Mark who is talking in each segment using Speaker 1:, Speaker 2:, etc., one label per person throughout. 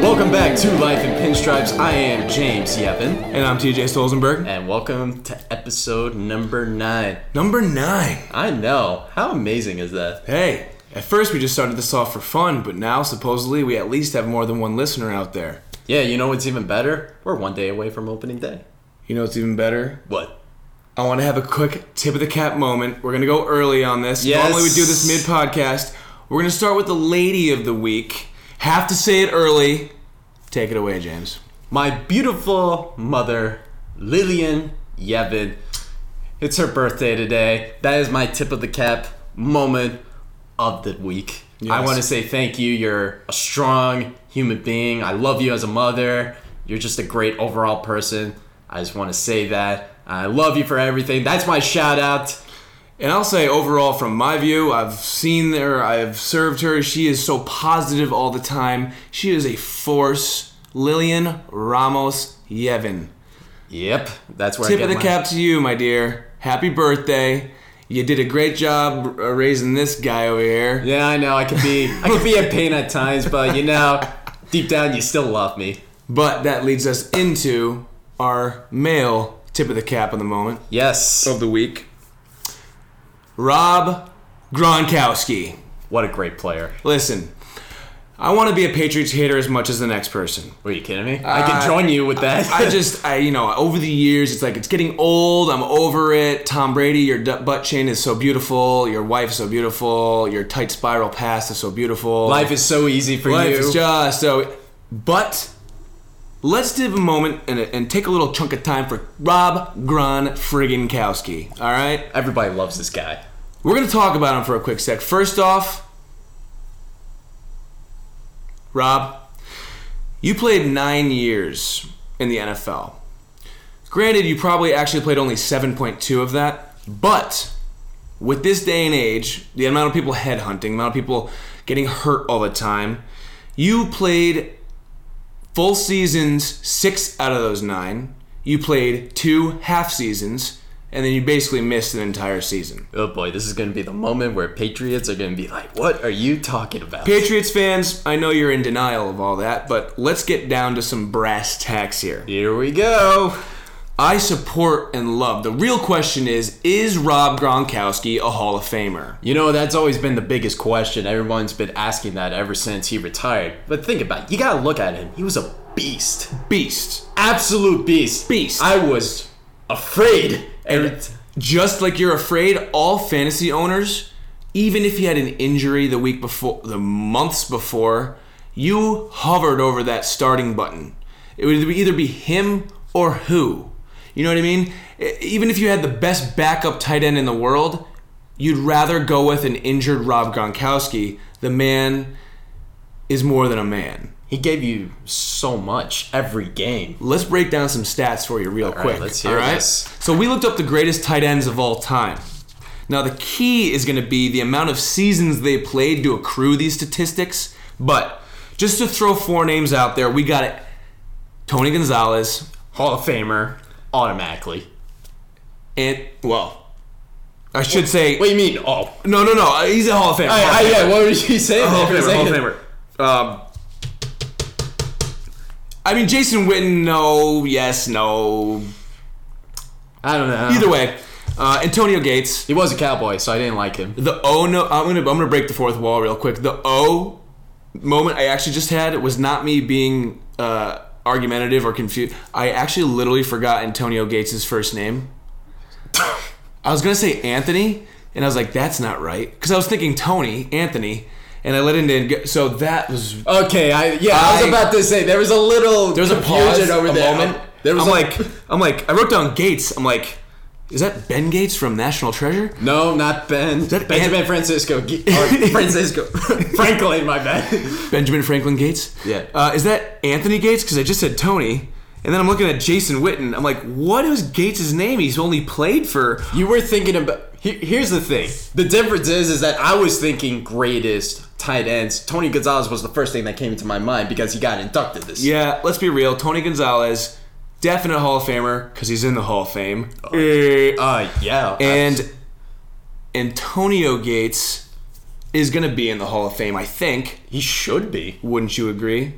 Speaker 1: Welcome back to Life in Pinstripes. I am James Yevon,
Speaker 2: And I'm TJ Stolzenberg.
Speaker 1: and welcome to episode number nine.
Speaker 2: Number nine.
Speaker 1: I know. How amazing is that?
Speaker 2: Hey, at first we just started this off for fun, but now supposedly we at least have more than one listener out there.
Speaker 1: Yeah, you know what's even better? We're one day away from opening day.
Speaker 2: You know what's even better?
Speaker 1: What?
Speaker 2: I want to have a quick tip of the cap moment. We're going to go early on this.
Speaker 1: Yes.
Speaker 2: Normally we do this mid podcast. We're going to start with the lady of the week. Have to say it early. Take it away, James.
Speaker 1: My beautiful mother, Lillian Yevon. It's her birthday today. That is my tip of the cap moment of the week. I
Speaker 2: Yes.
Speaker 1: want to say thank you. You're a strong human being. I love you as a mother. You're just a great overall person. I just want to say that. I love you for everything. That's my shout out.
Speaker 2: And I'll say overall, from my view, I've seen her, I've served her. She is so positive all the time. She is a force. Lillian Ramos Yevon.
Speaker 1: Yep, that's where
Speaker 2: Tip
Speaker 1: I
Speaker 2: of
Speaker 1: get
Speaker 2: the
Speaker 1: my-
Speaker 2: cap to you, my dear. Happy birthday. You did a great job uh, raising this guy over here.
Speaker 1: Yeah, I know. I could be I could be a pain at times, but you know, deep down you still love me.
Speaker 2: But that leads us into our male tip of the cap of the moment
Speaker 1: Yes.
Speaker 2: the week. Rob Gronkowski.
Speaker 1: What a great player.
Speaker 2: Listen, I want to be a Patriots hater as much as the next person.
Speaker 1: Are you kidding me? I can
Speaker 2: Uh,
Speaker 1: join you with that.
Speaker 2: I just, I, you know, over the years, it's like it's getting old. I'm over it. Tom Brady, your d- butt chin is so beautiful. Your wife's so beautiful. Your tight spiral pass is so beautiful.
Speaker 1: life is so easy for
Speaker 2: life
Speaker 1: you.
Speaker 2: is just so. But let's give a moment and, and take a little chunk of time for Rob Gron Frigginkowski. All right,
Speaker 1: Everybody loves this guy.
Speaker 2: we're gonna talk about him for a quick sec. First off, Rob, you played nine years in the NFL. Granted, you probably actually played only 7.2 of that, but with this day and age, the amount of people headhunting, the amount of people getting hurt all the time, you played full seasons, six out of those nine. You played two half seasons, and then you basically missed an entire season.
Speaker 1: Oh boy, this is going to be the moment where Patriots are going to be like, "What are you talking about?"
Speaker 2: Patriots fans, I know you're in denial of all that, but let's get down to some brass tacks here.
Speaker 1: Here we go.
Speaker 2: I support and love. The real question is is Rob Gronkowski a Hall of Famer?
Speaker 1: You know, that's always been the biggest question. Everyone's been asking that ever since he retired. But think about it. You got to look at him. He was a beast.
Speaker 2: Beast.
Speaker 1: Absolute beast.
Speaker 2: Beast.
Speaker 1: I was afraid. every t-
Speaker 2: Just like you're afraid, all fantasy owners, even if you had an injury the week before, the months before, you hovered over that starting button. It would either be him or who. You know what I mean? E- Even if you had the best backup tight end in the world, you'd rather go with an injured Rob Gronkowski. The man is more than a man.
Speaker 1: He gave you so much every game.
Speaker 2: Let's break down some stats for you real
Speaker 1: right,
Speaker 2: quick.
Speaker 1: let's hear this.
Speaker 2: So we looked up the greatest tight ends of all time. Now the key is going to be the amount of seasons they played to accrue these statistics. But just to throw four names out there, we got it: Tony Gonzalez,
Speaker 1: Hall of Famer automatically.
Speaker 2: and well, I should say
Speaker 1: What do you mean? Oh,
Speaker 2: no, no, no. He's a Hall of Famer.
Speaker 1: I,
Speaker 2: Hall of
Speaker 1: I,
Speaker 2: Famer.
Speaker 1: yeah. What were you saying?
Speaker 2: Hall of
Speaker 1: there for a
Speaker 2: Famer. Hall of
Speaker 1: second?
Speaker 2: Famer. Um, I mean, Jason Witten. No, yes, no.
Speaker 1: I don't know.
Speaker 2: Either way, uh, Antonio Gates.
Speaker 1: he was a cowboy, so I didn't like him.
Speaker 2: The O no, I'm gonna I'm gonna break the fourth wall real quick. The O moment I actually just had was not me being uh, argumentative or confused. I actually literally forgot Antonio Gates' first name. I was gonna say Anthony, and I was like, that's not right, because I was thinking Tony Anthony, and I let it in. go- So that was
Speaker 1: Okay, I yeah. I, was
Speaker 2: I-
Speaker 1: about to say there was a little
Speaker 2: there's a
Speaker 1: confusion
Speaker 2: pause
Speaker 1: over
Speaker 2: a
Speaker 1: there.
Speaker 2: moment.
Speaker 1: There was
Speaker 2: I'm
Speaker 1: a-
Speaker 2: like I'm like I wrote down Gates. I'm like, is that Ben Gates from National Treasure?
Speaker 1: no, not Ben.
Speaker 2: that
Speaker 1: Benjamin
Speaker 2: Ant-
Speaker 1: Francisco. G- or Francisco. Franklin, my bad.
Speaker 2: Benjamin Franklin Gates.
Speaker 1: Yeah.
Speaker 2: Uh, is that Anthony Gates? Because I just said Tony, and then I'm looking at Jason Witten. I'm like, what is Gates' name? He's only played for.
Speaker 1: You were thinking about. he- Here's the thing. The difference is, is that I was thinking greatest tight ends. Tony Gonzalez was the first thing that came into my mind because he got inducted this. year.
Speaker 2: Yeah, let's be real. Tony Gonzalez, definite Hall of Famer because he's in the Hall of Fame. Eh.
Speaker 1: Uh, yeah.
Speaker 2: and Antonio Gates is going to be in the Hall of Fame, I think.
Speaker 1: he should be.
Speaker 2: Wouldn't you agree?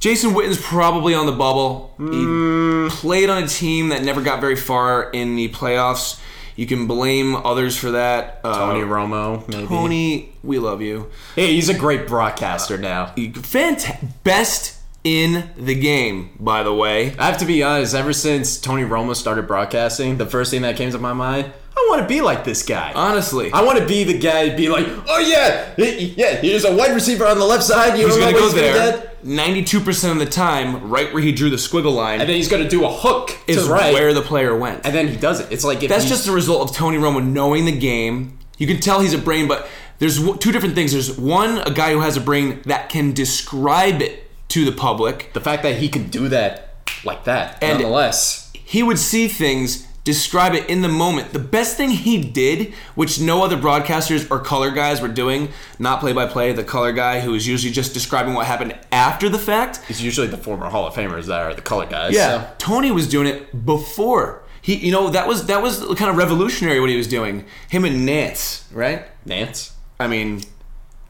Speaker 2: Jason Witten's probably on the bubble.
Speaker 1: Mm.
Speaker 2: He played on a team that never got very far in the playoffs. You can blame others for that. Uh,
Speaker 1: Tony Romo, maybe.
Speaker 2: Tony, we love you.
Speaker 1: Hey, he's a great broadcaster now.
Speaker 2: Fantastic. Best in the game, by the way.
Speaker 1: I have to be honest, ever since Tony Romo started broadcasting, the first thing that came to my mind, I want to be like this guy.
Speaker 2: Honestly.
Speaker 1: I want to be the guy to be like, oh yeah, he- yeah, here's a wide receiver on the left side. You
Speaker 2: He's
Speaker 1: don't know
Speaker 2: gonna
Speaker 1: what
Speaker 2: go
Speaker 1: he's gonna
Speaker 2: there.
Speaker 1: get?
Speaker 2: Ninety-two percent of the time, right where he drew the squiggle
Speaker 1: And
Speaker 2: line
Speaker 1: then he's going to do a hook to
Speaker 2: is
Speaker 1: the right.
Speaker 2: where the player went.
Speaker 1: and then he does it. It's like if
Speaker 2: That's
Speaker 1: he-
Speaker 2: just the result of Tony Romo knowing the game. You can tell he's a brain, but there's w- two different things. There's one, a guy who has a brain that can describe it to the public.
Speaker 1: the fact that he can do that like that.
Speaker 2: And-
Speaker 1: nonetheless,
Speaker 2: He would see things, describe it in the moment. The best thing he did, which no other broadcasters or color guys were doing, not play by play, the color guy who is usually just describing what happened after the fact,
Speaker 1: it's usually the former Hall of Famers that are the color guys.
Speaker 2: Yeah,
Speaker 1: so.
Speaker 2: Tony was doing it before. He, you know, that was that was kind of revolutionary what he was doing. Him and Nance, right?
Speaker 1: Nance,
Speaker 2: I mean,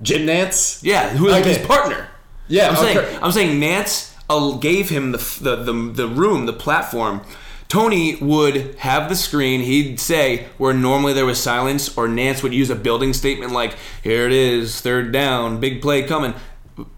Speaker 1: Jim Nance.
Speaker 2: yeah, who was
Speaker 1: Okay.
Speaker 2: his partner?
Speaker 1: Yeah,
Speaker 2: I'm
Speaker 1: okay.
Speaker 2: saying I'm saying Nance uh, gave him the, f- the the the room, the platform. Tony would have the screen. He'd say where normally there was silence, or Nance would use a building statement like, "Here it is, third down, big play coming."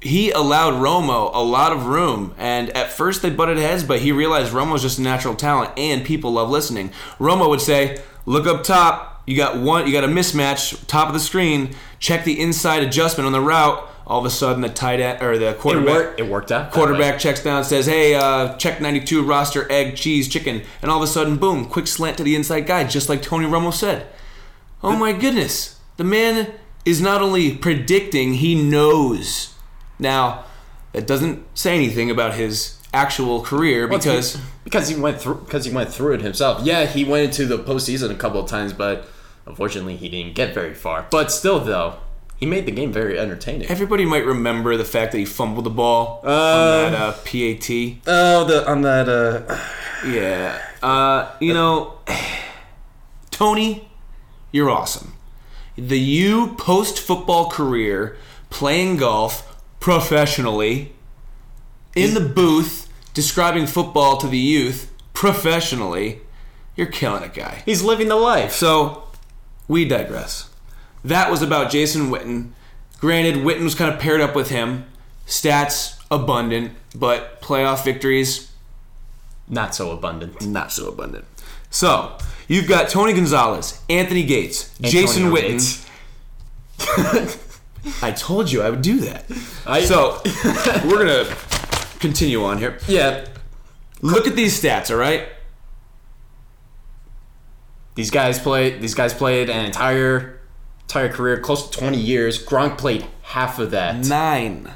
Speaker 2: He allowed Romo a lot of room, and at first they butted heads, but he realized Romo's just a natural talent, and people love listening. Romo would say, "Look up top. You got one. You got a mismatch. Top of the screen. Check the inside adjustment on the route." All of a sudden, the tight end or the
Speaker 1: It
Speaker 2: quarterback
Speaker 1: worked. It worked out. that way.
Speaker 2: quarterback checks down and says, "Hey, uh, check 92 roster, egg, cheese, chicken," and all of a sudden, boom! Quick slant to the inside guy, just like Tony Romo said. Oh my goodness, the man is not only predicting; he knows. Now, that doesn't say anything about his actual career because
Speaker 1: because because he went through because he went through it himself. Yeah, he went into the postseason a couple of times, but unfortunately, he didn't get very far. But still, though, he made the game very entertaining.
Speaker 2: everybody might remember the fact that he fumbled the ball on that uh, PAT.
Speaker 1: Oh, the on that. Uh,
Speaker 2: Yeah. Uh, you know, Tony, you're awesome. The you post football career playing golf professionally in the booth describing football to the youth professionally, you're killing it, guy.
Speaker 1: he's living the life.
Speaker 2: So, we digress. That was about Jason Witten. Granted, Witten was kind of paired up with him. Stats abundant, but playoff victories
Speaker 1: Not so abundant.
Speaker 2: not so abundant. So you've got Tony Gonzalez, Anthony Gates, Jason
Speaker 1: Antonio
Speaker 2: Witten.
Speaker 1: Gates.
Speaker 2: I told you I would do that.
Speaker 1: I-
Speaker 2: so we're gonna continue on here.
Speaker 1: Yeah,
Speaker 2: Look at these stats, all right?
Speaker 1: these guys played. These guys played an entire entire career, close to twenty years. Gronk played half of that.
Speaker 2: Nine.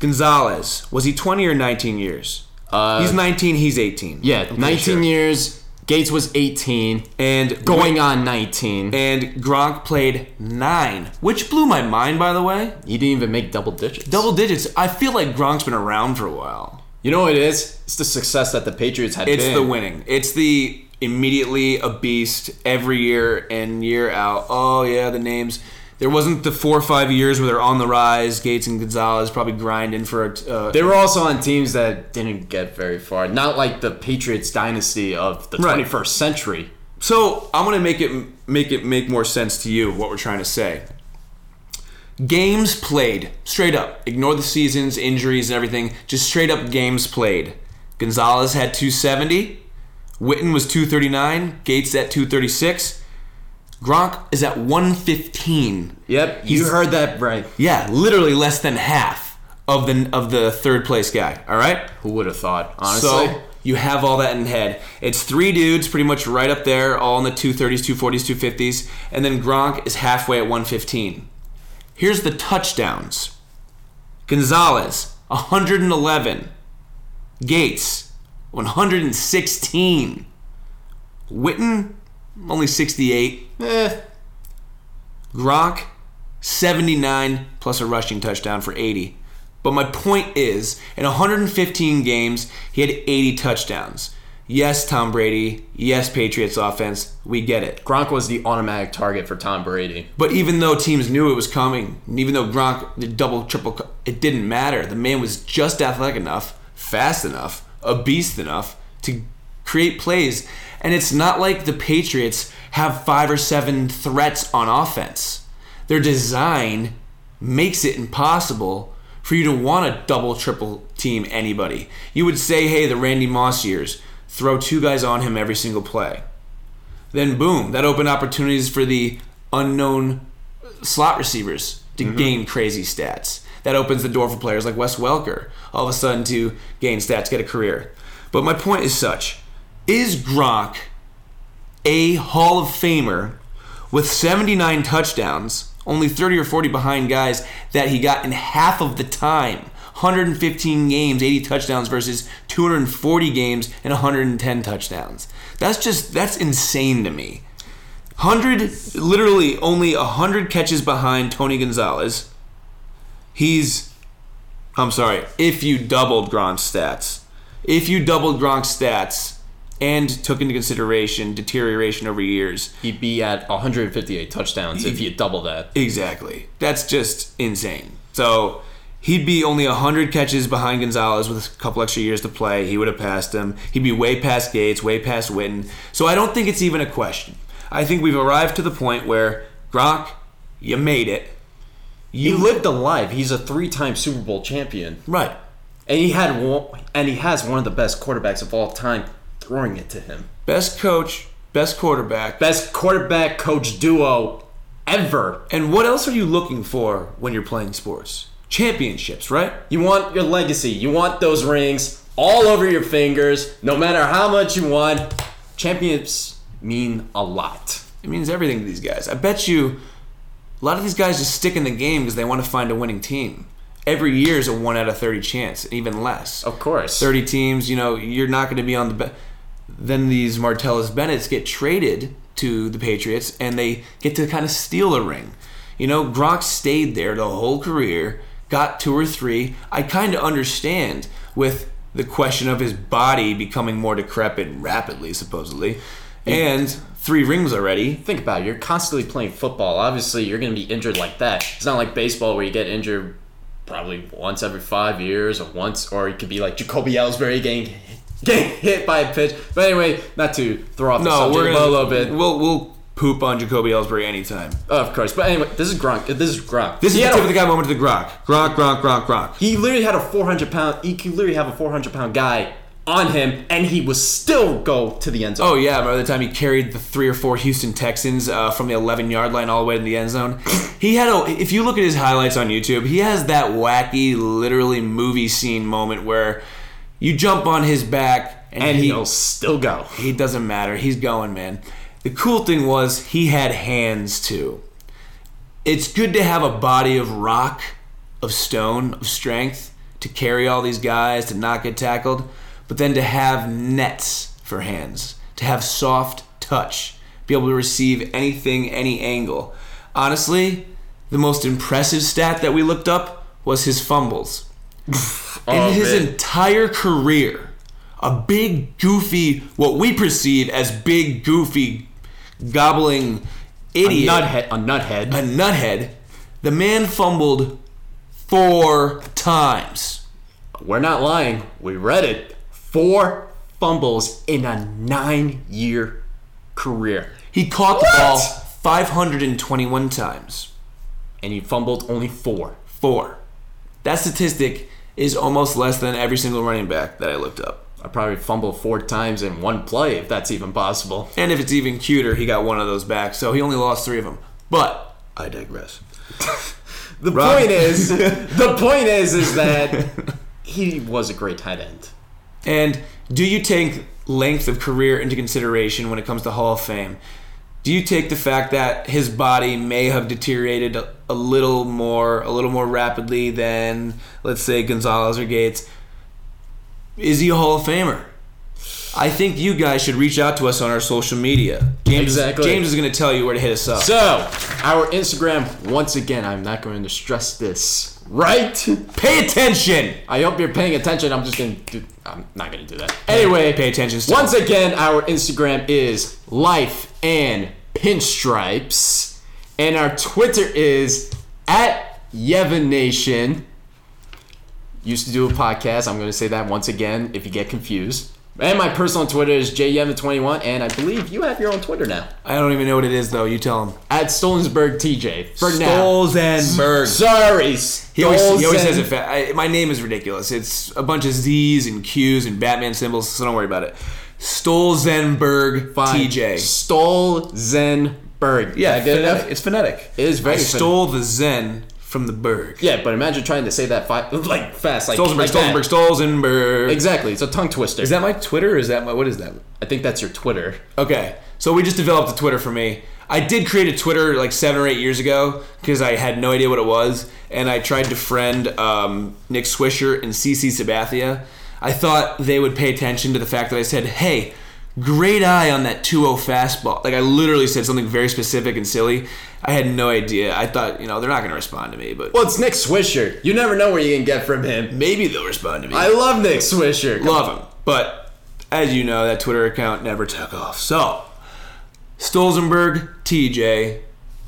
Speaker 2: Gonzalez was he 20 or 19 years?
Speaker 1: Uh,
Speaker 2: he's 19. He's 18.
Speaker 1: Yeah,
Speaker 2: I'm pretty
Speaker 1: nineteen
Speaker 2: sure.
Speaker 1: years. Gates was eighteen,
Speaker 2: And
Speaker 1: going on nineteen.
Speaker 2: And Gronk played nine, which blew my mind, by the way.
Speaker 1: He didn't even make double digits.
Speaker 2: Double digits. I feel like Gronk's been around for a while.
Speaker 1: You know what it is? It's the success that the Patriots had.
Speaker 2: It's
Speaker 1: been.
Speaker 2: the winning. It's the immediately a beast every year and year out. Oh yeah, the names. There wasn't the four or five years where they're on the rise. Gates and Gonzalez probably grinding for a. Uh,
Speaker 1: They were also on teams that didn't get very far. Not like the Patriots dynasty of the
Speaker 2: Right.
Speaker 1: 21st century.
Speaker 2: so I'm gonna make it make it make more sense to you what we're trying to say. Games played, straight up. Ignore the seasons, injuries, and everything. Just straight up games played. Gonzalez had 270. Witten was 239. Gates at 236. Gronk is at 115.
Speaker 1: Yep, you
Speaker 2: He's-
Speaker 1: heard that right.
Speaker 2: Yeah, literally less than half of the of the third place guy. All right.
Speaker 1: Who would have thought? Honestly,
Speaker 2: So you have all that in head. It's three dudes pretty much right up there, all in the 230s, 240s, 250s, and then Gronk is halfway at 115. Here's the touchdowns. Gonzalez, 111. Gates, 116. Witten, only 68.
Speaker 1: eh,
Speaker 2: Gronk, 79 plus a rushing touchdown for 80. But my point is, in 115 games, he had 80 touchdowns. Yes, Tom Brady. Yes, Patriots offense. We get it.
Speaker 1: Gronk was the automatic target for Tom Brady.
Speaker 2: But even though teams knew it was coming, and even though Gronk did double, triple, co- it didn't matter. The man was just athletic enough, fast enough, a beast enough to create plays. And it's not like the Patriots have five or seven threats on offense. Their design makes it impossible for you to want to double, triple team anybody. You would say, hey, the Randy Moss years, throw two guys on him every single play then boom, that opened opportunities for the unknown slot receivers to gain crazy stats. That opens the door for players like Wes Welker all of a sudden to gain stats, get a career. But my point is such is Gronk a Hall of Famer with 79 touchdowns, only 30 or 40 behind guys that he got in half of the time? 115 games, 80 touchdowns versus 240 games and 110 touchdowns. That's just that's insane to me. 100 literally only 100 catches behind Tony Gonzalez. He's I'm sorry, if you doubled Gronk's stats. If you doubled Gronk's stats and took into consideration deterioration over years,
Speaker 1: He'd be at 158 touchdowns if you double that.
Speaker 2: Exactly. That's just insane. So he'd be only 100 catches behind Gonzalez with a couple extra years to play. He would have passed him. He'd be way past Gates, way past Witten. So I don't think it's even a question. I think we've arrived to the point where Gronk, you made it.
Speaker 1: He
Speaker 2: You
Speaker 1: lived a life. He's a three-time Super Bowl champion,
Speaker 2: right.
Speaker 1: and he had one, and he has one of the best quarterbacks of all time throwing it to him.
Speaker 2: Best coach, best quarterback.
Speaker 1: Best quarterback coach duo ever.
Speaker 2: And what else are you looking for when you're playing sports? Championships, right?
Speaker 1: You want your legacy. You want those rings all over your fingers, no matter how much you want. Champions mean a lot.
Speaker 2: It means everything to these guys. I bet you a lot of these guys just stick in the game because they want to find a winning team. Every year is a 1 out of 30 chance, even less.
Speaker 1: Of course.
Speaker 2: 30 teams, you know, you're not going to be on the. Be- then these Martellus Bennett's get traded to the Patriots and they get to kind of steal a ring. You know, Gronk stayed there the whole career, got two or three. I kind of understand with the question of his body becoming more decrepit rapidly, supposedly, and three rings already.
Speaker 1: think about it. You're constantly playing football. Obviously, you're going to be injured like that. It's not like baseball where you get injured probably once every five years or once, or you could be like Jacoby Ellsbury getting, getting hit by a pitch. But anyway, not to throw off the
Speaker 2: No, we're
Speaker 1: subject
Speaker 2: gonna
Speaker 1: a little bit,
Speaker 2: We'll we'll poop on Jacoby Ellsbury anytime.
Speaker 1: of course. But anyway, this is Gronk. This is Gronk.
Speaker 2: This
Speaker 1: he
Speaker 2: is the
Speaker 1: had
Speaker 2: tip
Speaker 1: a-
Speaker 2: of the guy moment to the Gronk. Gronk, Gronk, Gronk, Gronk.
Speaker 1: He literally had a 400 pound. He could literally have a 400 pound guy on him, and he would still go to the end zone.
Speaker 2: Oh yeah, remember the time he carried the three or four Houston Texans uh, from the 11 yard line all the way to the end zone? He had a. If you look at his highlights on YouTube, he has that wacky, literally movie scene moment where you jump on his back and,
Speaker 1: and
Speaker 2: he
Speaker 1: he'll still go.
Speaker 2: he doesn't matter. He's going, man. The cool thing was he had hands too. It's good to have a body of rock, of stone, of strength to carry all these guys, to not get tackled, but then to have nets for hands, to have soft touch, be able to receive anything, any angle. Honestly, the most impressive stat that we looked up was his fumbles in
Speaker 1: Oh,
Speaker 2: his
Speaker 1: man.
Speaker 2: entire career, a big goofy, what we perceive as big goofy, gobbling idiot,
Speaker 1: Nuthead, a nuthead.
Speaker 2: a nuthead, the man fumbled four times.
Speaker 1: We're not lying. We read it. Four fumbles in a nine year career.
Speaker 2: He caught
Speaker 1: What?
Speaker 2: the ball 521 times.
Speaker 1: And he fumbled only four.
Speaker 2: Four. That statistic is almost less than every single running back that I looked up.
Speaker 1: I probably fumbled four times in one play, if that's even possible.
Speaker 2: And if it's even cuter, he got one of those back, so he only lost three of them. But I digress.
Speaker 1: The point is, the point is, is that he was a great tight end.
Speaker 2: And do you take length of career into consideration when it comes to Hall of Fame? Do you take the fact that his body may have deteriorated a, a little more, a little more rapidly than, let's say, Gonzalez or Gates? Is he a Hall of Famer? I think you guys should reach out to us on our social media. James,
Speaker 1: Exactly.
Speaker 2: James is going to tell you where to hit us up.
Speaker 1: So, our Instagram, once again, I'm not going to stress this. right?
Speaker 2: Pay attention.
Speaker 1: I hope you're paying attention. I'm just gonna do. I'm not gonna do that.
Speaker 2: Anyway, pay attention. Still.
Speaker 1: Once again, our Instagram is Life and Pinstripes, and our Twitter is at Yevanation. Used to do a podcast. I'm going to say that once again if you get confused. And my personal Twitter is jyevan21, and I believe you have your own Twitter now
Speaker 2: I don't even know what it is though. You tell him.
Speaker 1: at Stolensberg TJ. For now,
Speaker 2: Stolzenberg.
Speaker 1: sorry,
Speaker 2: He always, he always
Speaker 1: Stolzen-
Speaker 2: has it. Fa- I, my name is ridiculous. It's a bunch of Z's and Q's and Batman symbols, so don't worry about it. Stolzenberg
Speaker 1: Fine.
Speaker 2: TJ.
Speaker 1: Stolzenberg. Did I get it
Speaker 2: phonetic.
Speaker 1: up?
Speaker 2: It's phonetic.
Speaker 1: It is very
Speaker 2: I
Speaker 1: phonetic.
Speaker 2: stole the Zen from the Berg.
Speaker 1: Yeah, but imagine trying to say that five, like fast, like,
Speaker 2: Stolzenberg,
Speaker 1: like that.
Speaker 2: Stolzenberg, Stolzenberg.
Speaker 1: Exactly, it's a tongue twister.
Speaker 2: Is that my Twitter or is that my what is that?
Speaker 1: I think that's your Twitter.
Speaker 2: Okay, so we just developed a Twitter for me. I did create a Twitter like seven or eight years ago because I had no idea what it was, and I tried to friend um, Nick Swisher and CC Sabathia. I thought they would pay attention to the fact that I said, "Hey, great eye on that 2-0 fastball." Like I literally said something very specific and silly. I had no idea. I thought, you know, they're not going to respond to me, but
Speaker 1: Well, it's Nick Swisher. You never know where you can get from him.
Speaker 2: maybe they'll respond to me.
Speaker 1: I love Nick Swisher. Come
Speaker 2: Love him. But as you know, that Twitter account never took off. So, Stolzenberg, TJ,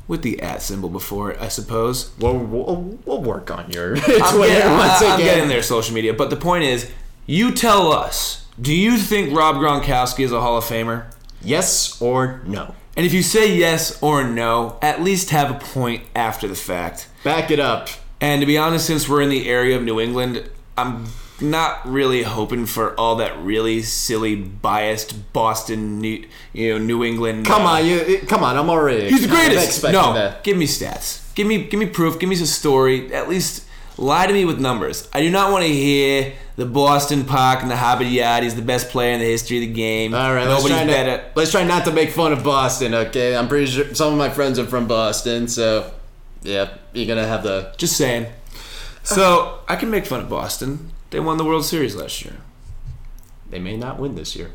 Speaker 2: with the at symbol before it, I suppose.
Speaker 1: We'll, we'll, we'll work on your
Speaker 2: I'm,
Speaker 1: Twitter
Speaker 2: getting,
Speaker 1: once
Speaker 2: I- I'm
Speaker 1: again.
Speaker 2: getting there, social media. But the point is, you tell us do you think Rob Gronkowski is a Hall of Famer?
Speaker 1: Yes or no?
Speaker 2: And if you say yes or no, at least have a point after the fact.
Speaker 1: Back it up.
Speaker 2: And to be honest, since we're in the area of New England, I'm not really hoping for all that really silly, biased Boston, New, you know, New England. uh,
Speaker 1: Come on, you. Come on, I'm already.
Speaker 2: he's the greatest.
Speaker 1: I'm
Speaker 2: No,
Speaker 1: expecting that.
Speaker 2: give me stats. Give me, give me proof. Give me a story. At least lie to me with numbers. I do not want to hear the Boston Park and the Hobbit Yard. He's the best player in the history of the game.
Speaker 1: All right, let's
Speaker 2: nobody's
Speaker 1: try, not,
Speaker 2: better.
Speaker 1: let's try not to make fun of Boston, okay? I'm pretty sure some of my friends are from Boston, so yeah, you're gonna have the
Speaker 2: Just saying. So I can make fun of Boston. They won the World Series last year.
Speaker 1: They may not win this year.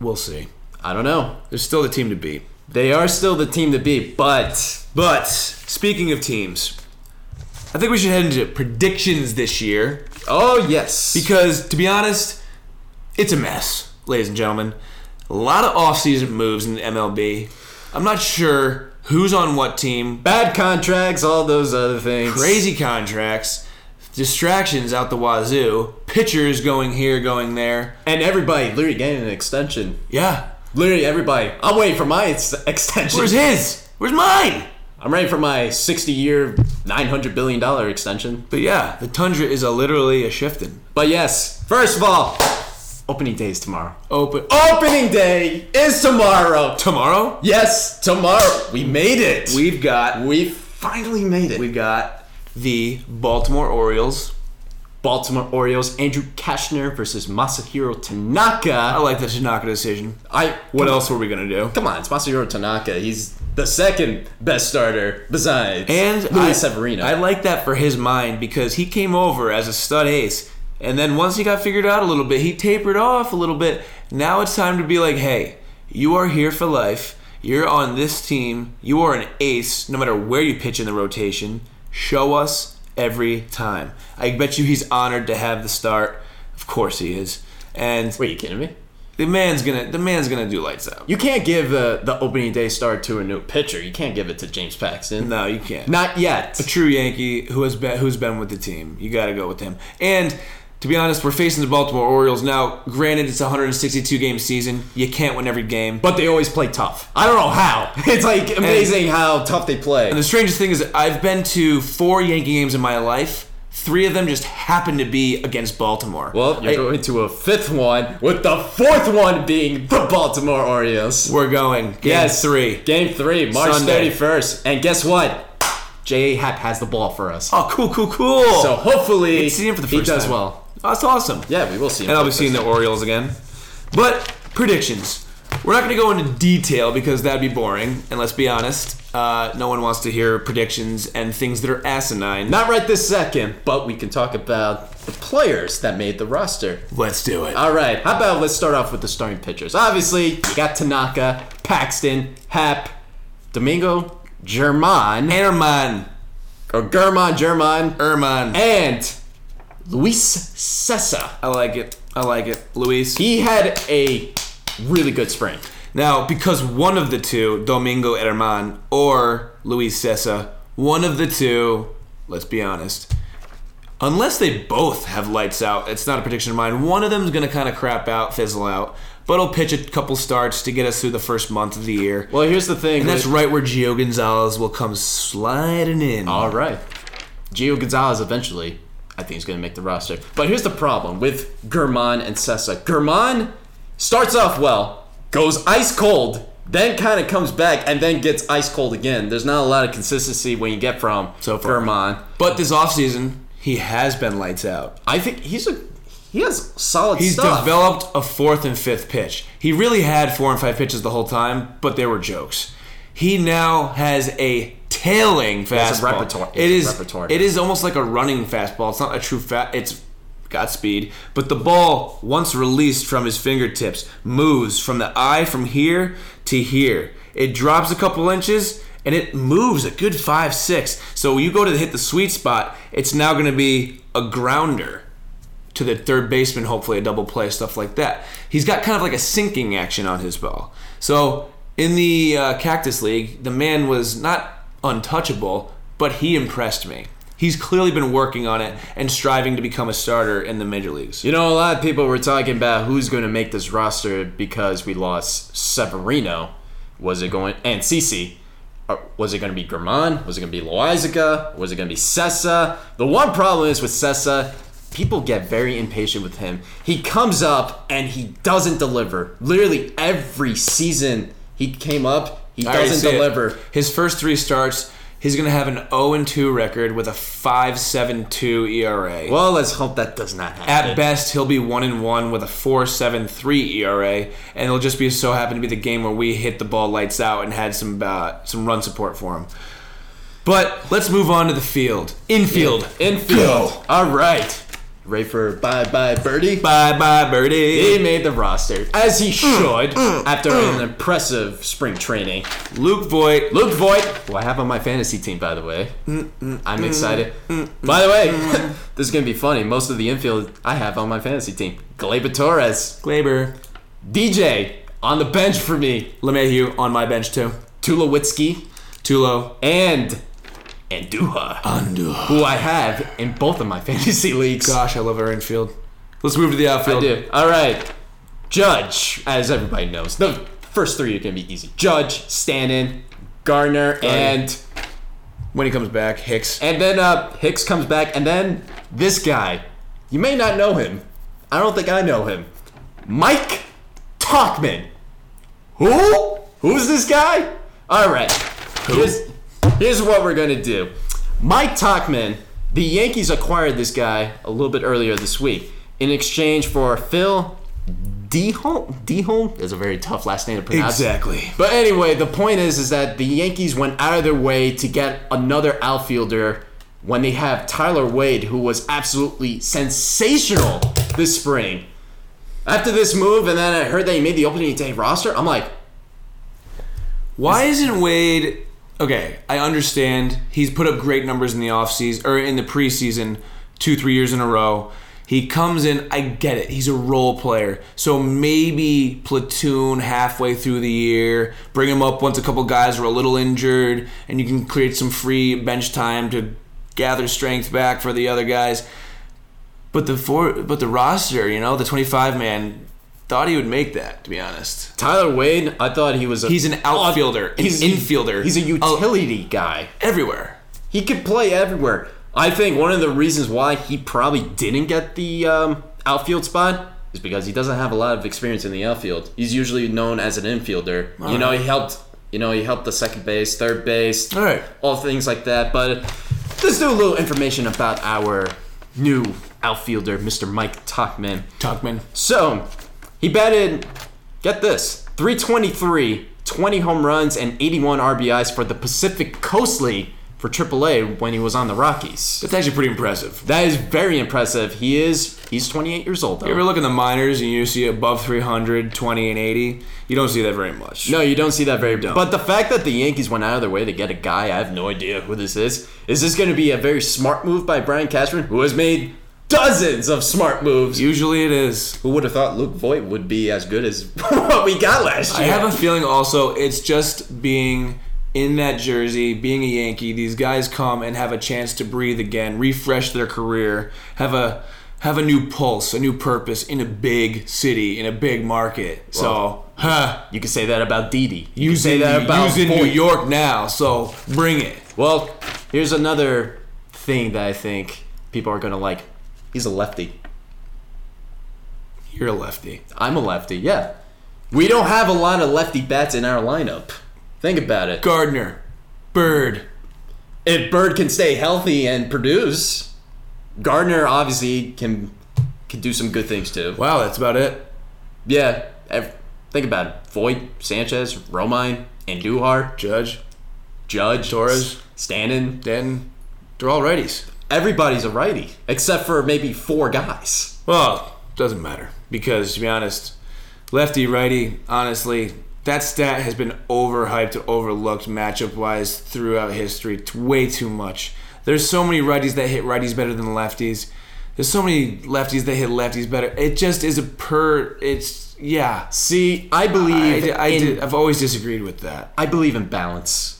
Speaker 2: We'll see.
Speaker 1: I don't know.
Speaker 2: They're still the team to beat.
Speaker 1: They are still the team to beat, but
Speaker 2: But speaking of teams, I think we should head into predictions this year
Speaker 1: oh yes,
Speaker 2: because, to be honest, it's a mess, ladies and gentlemen. A lot of offseason moves in the MLB. I'm not sure who's on what team.
Speaker 1: bad contracts, all those other things.
Speaker 2: Crazy contracts, distractions out the wazoo, pitchers going here, going there.
Speaker 1: and everybody literally getting an extension.
Speaker 2: Yeah.
Speaker 1: Literally everybody. I'm waiting for my ex- extension.
Speaker 2: Where's his? Where's mine?
Speaker 1: I'm ready for my 60 year, 900 billion dollar extension.
Speaker 2: But yeah, the tundra is a, literally a shifting.
Speaker 1: But yes, first of all, opening day is tomorrow.
Speaker 2: Open
Speaker 1: Opening day is tomorrow.
Speaker 2: tomorrow.
Speaker 1: Yes, tomorrow. We made it.
Speaker 2: We've got
Speaker 1: we finally made it.
Speaker 2: We've got the Baltimore Orioles.
Speaker 1: Baltimore Orioles, Andrew Kashner versus Masahiro
Speaker 2: I
Speaker 1: Tanaka.
Speaker 2: like the Tanaka decision.
Speaker 1: I
Speaker 2: What else were we gonna do?
Speaker 1: Come on, it's Masahiro Tanaka. He's the second best starter besides
Speaker 2: And
Speaker 1: Luis
Speaker 2: I,
Speaker 1: Severino.
Speaker 2: I like that for his mind because he came over as a stud ace, and then once he got figured out a little bit, he tapered off a little bit. Now it's time to be like, hey, you are here for life. You're on this team. You are an ace, no matter where you pitch in the rotation. Show us every time. I bet you he's honored to have the start. Of course he is. And
Speaker 1: Wait, you kidding me?
Speaker 2: the man's gonna the man's gonna do lights out.
Speaker 1: You can't give uh, the opening day start to a new pitcher. You can't give it to James Paxton.
Speaker 2: No, you can't.
Speaker 1: Not yet.
Speaker 2: True Yankee who has been who's been with the team. You got to go with him. And to be honest, we're facing the Baltimore Orioles now. Granted, it's a 162 game season. You can't win every game. But
Speaker 1: But they always play tough. I don't know how. It's like amazing how tough they play.
Speaker 2: the strangest thing is I've been to four Yankee games in my life. Three of them just happened to be against Baltimore.
Speaker 1: well, you're
Speaker 2: I-
Speaker 1: going to a fifth one, with the fourth one being the Baltimore Orioles.
Speaker 2: we're going game
Speaker 1: Yes,
Speaker 2: three.
Speaker 1: Game three, March
Speaker 2: Sunday.
Speaker 1: 31st. And guess what? J.A. Happ has the ball for us.
Speaker 2: Oh, cool, cool, cool.
Speaker 1: So hopefully
Speaker 2: Let's see him for the
Speaker 1: he
Speaker 2: first
Speaker 1: does
Speaker 2: time.
Speaker 1: well.
Speaker 2: that's awesome.
Speaker 1: Yeah, we will see him.
Speaker 2: and
Speaker 1: for
Speaker 2: I'll be
Speaker 1: the
Speaker 2: seeing the Orioles again. But predictions. We're not going to go into detail because that'd be boring. And let's be honest, uh, no one wants to hear predictions and things that are asinine.
Speaker 1: Not right this second, but we can talk about the players that made the roster.
Speaker 2: let's do it.
Speaker 1: All right, how about let's start off with the starting pitchers? Obviously, you got Tanaka, Paxton, Hap, Domingo, German,
Speaker 2: Herman
Speaker 1: or German, German,
Speaker 2: Erman.
Speaker 1: and Luis Sessa.
Speaker 2: I like it. I like it. Luis.
Speaker 1: He had a really good spring.
Speaker 2: Now, because one of the two, Domingo Herman or Luis Sessa, one of the two, let's be honest, unless they both have lights out, it's not a prediction of mine. One of them's going to kind of crap out, fizzle out, but he'll pitch a couple starts to get us through the first month of the year.
Speaker 1: Well, here's the thing.
Speaker 2: And that's
Speaker 1: with-
Speaker 2: right where Gio Gonzalez will come sliding in.
Speaker 1: All right. Gio Gonzalez eventually, I think, is going to make the roster. But here's the problem with German and Sessa. German starts off well, goes ice cold, then kind of comes back, and then gets ice cold again. There's not a lot of consistency when you get from
Speaker 2: So far.
Speaker 1: German.
Speaker 2: But this offseason, he has been lights out.
Speaker 1: I think he's a he has solid
Speaker 2: He's
Speaker 1: stuff.
Speaker 2: developed a fourth and fifth pitch. He really had four and five pitches the whole time, but they were jokes. He now has a tailing
Speaker 1: has a
Speaker 2: fastball.
Speaker 1: repertoire-
Speaker 2: It
Speaker 1: it's a
Speaker 2: is-
Speaker 1: repertoire.
Speaker 2: It is almost like a running fastball. It's not a true fat. It's got speed, but the ball once released from his fingertips moves from the eye from here to here. It drops a couple inches and it moves a good five six. So when you go to hit the sweet spot, it's now going to be a grounder to the third baseman, hopefully a double play, stuff like that. He's got kind of like a sinking action on his ball. So in the uh, Cactus League, the man was not untouchable, but he impressed me. He's clearly been working on it and striving to become a starter in the major leagues.
Speaker 1: You know, a lot of people were talking about who's going to make this roster because we lost Severino. Was it going and Cece? Uh, Was it going to be German? Was it going to be Loizaga? Was it going to be Sessa? The one problem is with Sessa, people get very impatient with him. He comes up and he doesn't deliver. Literally every season he came up, he
Speaker 2: I already
Speaker 1: doesn't
Speaker 2: see it.
Speaker 1: deliver.
Speaker 2: His first three starts, he's going to have an 0 2 record with a 5.72 ERA.
Speaker 1: Well, let's hope that does not happen.
Speaker 2: At best, he'll be one and one with a four seven three ERA, and it'll just be so happen to be the game where we hit the ball lights out and had some uh, some run support for him. But let's move on to the field, infield,
Speaker 1: Infield. All right. Ready for bye bye birdie?
Speaker 2: Bye bye birdie.
Speaker 1: He made the roster, as he should, after an impressive spring training.
Speaker 2: Luke Voigt.
Speaker 1: Luke Voigt, who I have on my fantasy team, by the way. I'm excited. By the way, this is going to be funny. Most of the infield I have on my fantasy team. Gleyber Torres,
Speaker 2: Glaber,
Speaker 1: DJ on the bench for me,
Speaker 2: Lemayhew on my bench too.
Speaker 1: Tulowitzki,
Speaker 2: Tulo,
Speaker 1: and Anduha,
Speaker 2: Andu.
Speaker 1: who I have in both of my fantasy leagues.
Speaker 2: Gosh, I love our infield. Let's move to the outfield.
Speaker 1: I do. All right. Judge, as everybody knows, the first three are going to be easy. Judge, Stanton, Garner, and
Speaker 2: When he comes back, Hicks.
Speaker 1: and then uh, Hicks comes back, and then this guy. You may not know him. I don't think I know him. Mike Talkman. Who? Who's this guy? All right. Here's, here's what we're going to do. Mike Talkman, the Yankees acquired this guy a little bit earlier this week in exchange for Phil Deholm. Deholm is a very tough last name to pronounce.
Speaker 2: Exactly.
Speaker 1: But anyway, the point is, is that the Yankees went out of their way to get another outfielder when they have Tyler Wade, who was absolutely sensational this spring. After this move, and then I heard that he made the opening day roster, I'm like,
Speaker 2: Why isn't Wade okay? I understand he's put up great numbers in the offseason or in the preseason, two three years in a row. He comes in, I get it. He's a role player, so maybe platoon halfway through the year, bring him up once a couple guys are a little injured, and you can create some free bench time to gather strength back for the other guys. But the four, but the roster, you know, the twenty five man, thought he would make that. To be honest.
Speaker 1: Tyler Wade, I thought he was a.
Speaker 2: He's an outfielder, an
Speaker 1: He's-
Speaker 2: infielder.
Speaker 1: He's a
Speaker 2: Oh,
Speaker 1: utility guy.
Speaker 2: everywhere.
Speaker 1: He could play everywhere. I think one of the reasons why he probably didn't get the um, outfield spot is because he doesn't have a lot of experience in the outfield. He's usually known as an infielder. You know, he helped. You know, he helped the second base, third base,
Speaker 2: All right.
Speaker 1: all things like that. But let's do a little information about our new outfielder, Mr. Mike Tuckman.
Speaker 2: Tuckman.
Speaker 1: So, he batted, get this, 323, 20 home runs, and 81 RBIs for the Pacific Coast League for AAA when he was on the Rockies.
Speaker 2: That's actually pretty impressive.
Speaker 1: That is very impressive. He is, he's 28 years old,
Speaker 2: You
Speaker 1: though.
Speaker 2: ever look in the minors and you see above 300, 20, and 80? You don't see that very much.
Speaker 1: No, you don't see that very.
Speaker 2: don't.
Speaker 1: But the fact that the Yankees went out of their way to get a guy, I have no idea who this is. Is this going to be a very smart move by Brian Cashman, who has made dozens of smart moves?
Speaker 2: Usually it is.
Speaker 1: who would have thought Luke Voigt would be as good as what we got last
Speaker 2: I
Speaker 1: year?
Speaker 2: have a feeling also it's just being in that jersey, being a Yankee, these guys come and have a chance to breathe again, refresh their career, have a have a new pulse, a new purpose in a big city, in a big market. So, huh,
Speaker 1: you could say that about Didi. You could
Speaker 2: use
Speaker 1: say
Speaker 2: in,
Speaker 1: that about
Speaker 2: use in
Speaker 1: Voit.
Speaker 2: New York now. So, bring it.
Speaker 1: Well, here's another thing that I think people are going to like. He's a lefty.
Speaker 2: You're a lefty.
Speaker 1: I'm a lefty. Yeah, we don't have a lot of lefty bats in our lineup. Think about it.
Speaker 2: Gardner, Bird,
Speaker 1: if Bird can stay healthy and produce, Gardner obviously can can do some good things too.
Speaker 2: Wow, that's about it.
Speaker 1: Yeah, ev- think about it: Voigt, Sanchez, Romine, Andujar,
Speaker 2: Judge,
Speaker 1: Judge,
Speaker 2: Torres.
Speaker 1: S- Stanton.
Speaker 2: Denton, they're all righties.
Speaker 1: Everybody's a righty except for maybe four guys.
Speaker 2: Well, doesn't matter because to be honest, lefty righty, honestly, that stat has been overhyped, overlooked matchup wise throughout history. It's way too much. There's so many righties that hit righties better than lefties. There's so many lefties that hit lefties better. It just is a per. It's yeah.
Speaker 1: See, I believe
Speaker 2: I, I
Speaker 1: in,
Speaker 2: did, I've always disagreed with that.
Speaker 1: I believe in balance.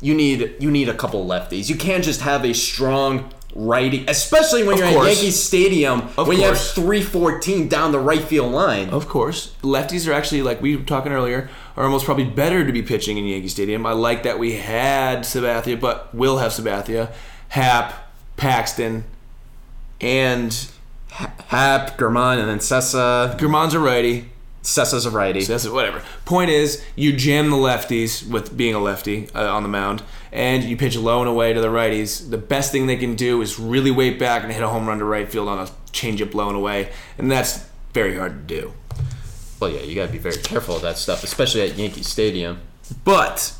Speaker 1: You need you need a couple lefties. You can't just have a strong righty, especially when
Speaker 2: Of
Speaker 1: you're
Speaker 2: course.
Speaker 1: at Yankee Stadium
Speaker 2: Of
Speaker 1: when you have
Speaker 2: course.
Speaker 1: 314 down the right field line.
Speaker 2: Of course, lefties are actually like we were talking earlier are almost probably better to be pitching in Yankee Stadium. I like that we had Sabathia, but will have Sabathia, Hap, Paxton, and
Speaker 1: Hap, German, and then Sessa.
Speaker 2: German's a righty.
Speaker 1: Sessa's a righty.
Speaker 2: That's it, whatever. Point is, you jam the lefties with being a lefty uh, on the mound, and you pitch low and away to the righties. The best thing they can do is really wait back and hit a home run to right field on a changeup low and away, and that's very hard to do.
Speaker 1: Well, yeah, you gotta be very careful of that stuff, especially at Yankee Stadium.
Speaker 2: But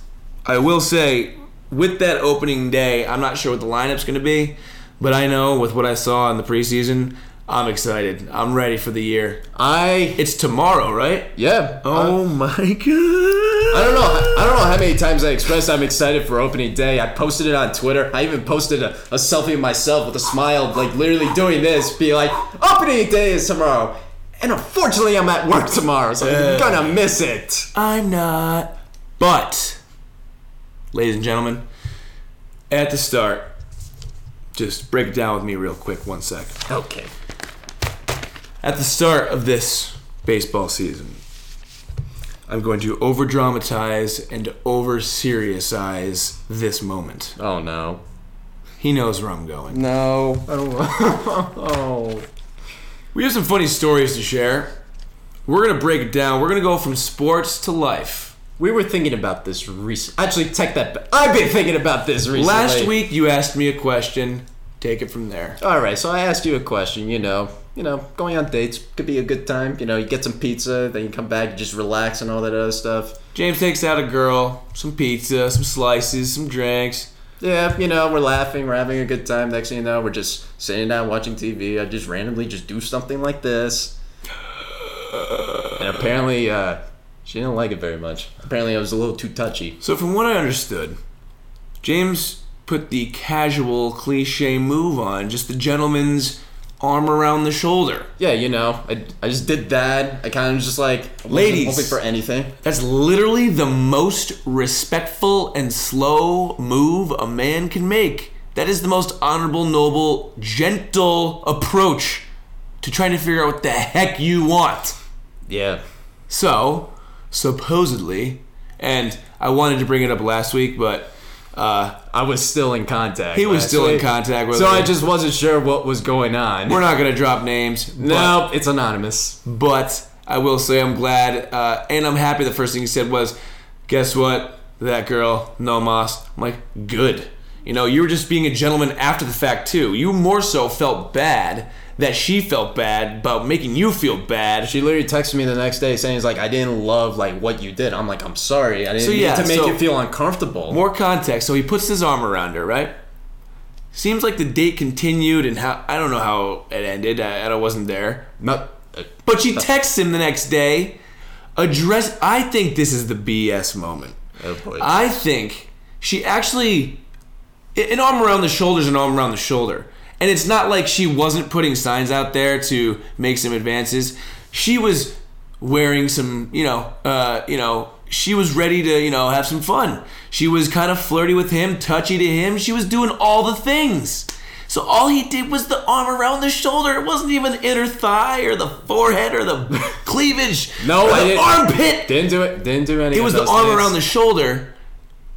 Speaker 2: I will say, with that opening day, I'm not sure what the lineup's going to be, but I know with what I saw in the preseason, I'm excited. I'm ready for the year.
Speaker 1: I
Speaker 2: It's tomorrow, right?
Speaker 1: yeah.
Speaker 2: Oh my god!
Speaker 1: I don't know. I don't know how many times I expressed I'm excited for opening day. I posted it on Twitter. I even posted a, a selfie of myself with a smile, like literally doing this, be like, opening day is tomorrow. And unfortunately, I'm at work tomorrow, so I'm gonna miss it.
Speaker 2: I'm not. But, ladies and gentlemen, at the start, just break it down with me real quick. One sec.
Speaker 1: Okay.
Speaker 2: At the start of this baseball season, I'm going to over dramatize and over seriousize this moment.
Speaker 1: Oh no.
Speaker 2: He knows where I'm going.
Speaker 1: No. oh.
Speaker 2: We have some funny stories to share. We're going to break it down. We're going to go from sports to life.
Speaker 1: We were thinking about this recently. Actually, take that back. I've been thinking about this recently.
Speaker 2: Last week, you asked me a question. Take it from there.
Speaker 1: All right, so I asked you a question. You know, you know, going on dates could be a good time. You know, you get some pizza, then you come back, you just relax and all that other stuff.
Speaker 2: James takes out a girl, some pizza, some slices, some drinks.
Speaker 1: Yeah, you know, we're laughing, we're having a good time. Next thing you know, we're just sitting down watching TV. I just randomly just do something like this, and apparently, uh, she didn't like it very much. Apparently, I was a little too touchy.
Speaker 2: So, from what I understood, James put the casual cliche move on, just the gentleman's arm around the shoulder.
Speaker 1: Yeah, you know, I, I just did that. I kind of just like wasn't
Speaker 2: Ladies.
Speaker 1: hoping for anything.
Speaker 2: That's literally the most respectful and slow move a man can make. That is the most honorable, noble, gentle approach to trying to figure out what the heck you want.
Speaker 1: Yeah,
Speaker 2: So, supposedly, and I wanted to bring it up last week, but uh,
Speaker 1: I was still in contact.
Speaker 2: he was
Speaker 1: last
Speaker 2: still in
Speaker 1: week.
Speaker 2: contact with
Speaker 1: So
Speaker 2: her.
Speaker 1: I just wasn't sure what was going on.
Speaker 2: We're not going to drop names.
Speaker 1: no, it's anonymous.
Speaker 2: But, but I will say I'm glad uh, and I'm happy the first thing he said was, guess what? That girl, no mas. I'm like, good. You know, you were just being a gentleman after the fact, too. You more so felt bad that she felt bad about making you feel bad.
Speaker 1: She literally texted me the next day saying, "It's like I didn't love like what you did." I'm like, "I'm sorry. I didn't
Speaker 2: So,
Speaker 1: mean
Speaker 2: yeah,
Speaker 1: to make
Speaker 2: so-
Speaker 1: you feel uncomfortable."
Speaker 2: More context. So he puts his arm around her, right? Seems like the date continued and how I don't know how it ended. I, I wasn't there.
Speaker 1: Not, uh,
Speaker 2: But she texts him the next day. address. I think this is the BS moment.
Speaker 1: Oh, boy.
Speaker 2: I think she actually a- an arm around the shoulders, an arm around the shoulder, and it's not like she wasn't putting signs out there to make some advances. She was wearing some, you know, uh, you know, she was ready to, you know, have some fun. She was kind of flirty with him, touchy to him. She was doing all the things. So all he did was the arm around the shoulder. It wasn't even inner thigh or the forehead or the cleavage.
Speaker 1: No,
Speaker 2: or
Speaker 1: I
Speaker 2: the
Speaker 1: didn't-
Speaker 2: armpit.
Speaker 1: Didn't do it. Didn't do any.
Speaker 2: It was the arm around the shoulder,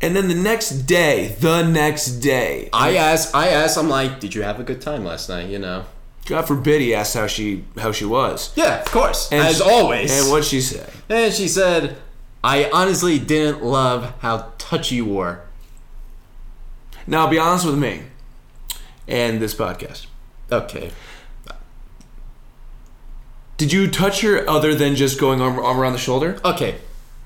Speaker 2: and then the next day, the next day,
Speaker 1: I asked. I asked. I'm like, did you have a good time last night? You know.
Speaker 2: God forbid, he asked how she how she was,
Speaker 1: Yeah, of course.
Speaker 2: And
Speaker 1: as
Speaker 2: she-
Speaker 1: always.
Speaker 2: and what she said.
Speaker 1: And she said, I honestly didn't love how touchy you were.
Speaker 2: Now, be honest with me, and this podcast.
Speaker 1: Okay.
Speaker 2: Did you touch her other than just going arm, arm around the shoulder?
Speaker 1: Okay.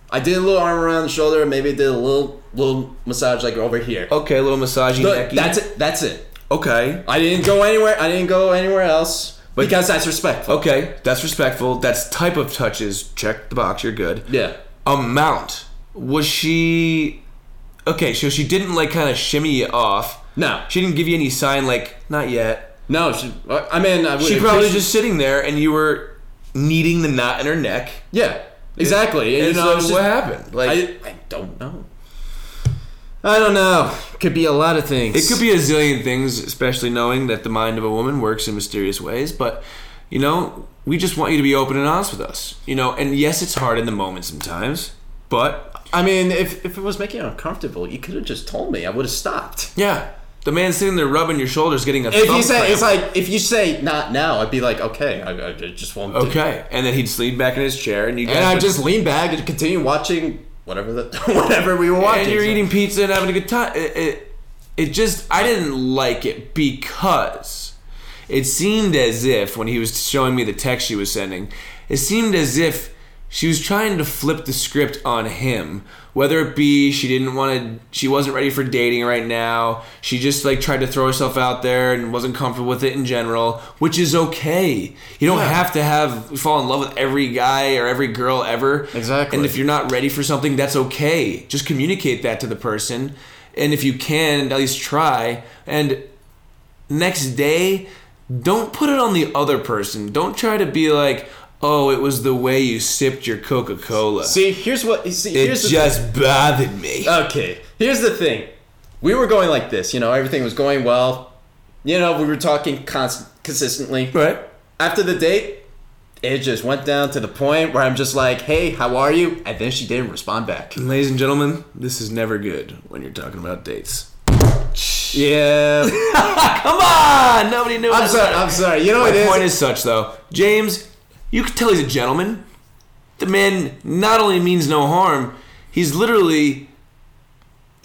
Speaker 1: I did a little arm around the shoulder, maybe did a little little massage like over here.
Speaker 2: Okay, a little massaging.
Speaker 1: Look,
Speaker 2: necky.
Speaker 1: that's it. That's it.
Speaker 2: okay.
Speaker 1: I didn't go anywhere. I didn't go anywhere else because that's respectful.
Speaker 2: Okay, that's respectful. That's type of touches. Check the box. You're good.
Speaker 1: Yeah.
Speaker 2: Amount was she? Okay, so she didn't like kind of shimmy you off.
Speaker 1: No.
Speaker 2: She didn't give you any sign like not yet.
Speaker 1: No. She, I mean, I would
Speaker 2: She probably
Speaker 1: appreciate-
Speaker 2: just sitting there, and you were kneading the knot in her neck.
Speaker 1: Yeah. Exactly. And,
Speaker 2: And
Speaker 1: you know,
Speaker 2: so
Speaker 1: it's just-
Speaker 2: what happened? Like
Speaker 1: I, I don't know. I don't know. Could be a lot of things.
Speaker 2: it could be a zillion things, especially knowing that the mind of a woman works in mysterious ways. But you know, we just want you to be open and honest with us. You know, and yes, it's hard in the moment sometimes, but
Speaker 1: I mean, if, if it was making you uncomfortable, you could have just told me. I would have stopped.
Speaker 2: yeah, the man sitting there rubbing your shoulders, getting a
Speaker 1: If
Speaker 2: thumb
Speaker 1: you say it's
Speaker 2: cramp.
Speaker 1: like if you say not now, I'd be like okay, I, I just won't. do it.
Speaker 2: okay, and then he'd lean back in his chair, and you guys
Speaker 1: And I
Speaker 2: would-
Speaker 1: just lean back and continue watching whatever the whatever we were watching.
Speaker 2: and you're
Speaker 1: So-
Speaker 2: eating pizza and having a good time. It, it, it just, I didn't like it because it seemed as if when he was showing me the text she was sending, it seemed as if she was trying to flip the script on him. Whether it be she didn't want to, she wasn't ready for dating right now. She just like tried to throw herself out there and wasn't comfortable with it in general, which is okay. You don't
Speaker 1: Yeah.
Speaker 2: have to have fall in love with every guy or every girl ever.
Speaker 1: Exactly.
Speaker 2: And if you're not ready for something, that's okay. Just communicate that to the person. And if you can, at least try. And next day, don't put it on the other person. Don't try to be like, oh, it was the way you sipped your Coca Cola.
Speaker 1: See, here's what. See,
Speaker 2: It
Speaker 1: here's the
Speaker 2: just bothered me.
Speaker 1: thing. okay. Here's the thing. We were going like this, you know. Everything was going well. You know, we were talking const- consistently.
Speaker 2: right?
Speaker 1: After the date, it just went down to the point where I'm just like, "Hey, how are you?" And then she didn't respond back.
Speaker 2: Ladies and gentlemen, this is never good when you're talking about dates.
Speaker 1: Yeah,
Speaker 2: Come on! Nobody knew
Speaker 1: I'm
Speaker 2: that.
Speaker 1: sorry. I'm sorry. You know
Speaker 2: My
Speaker 1: what it
Speaker 2: point
Speaker 1: is.
Speaker 2: is such, though. James, you can tell he's a gentleman. The man not only means no harm, he's literally.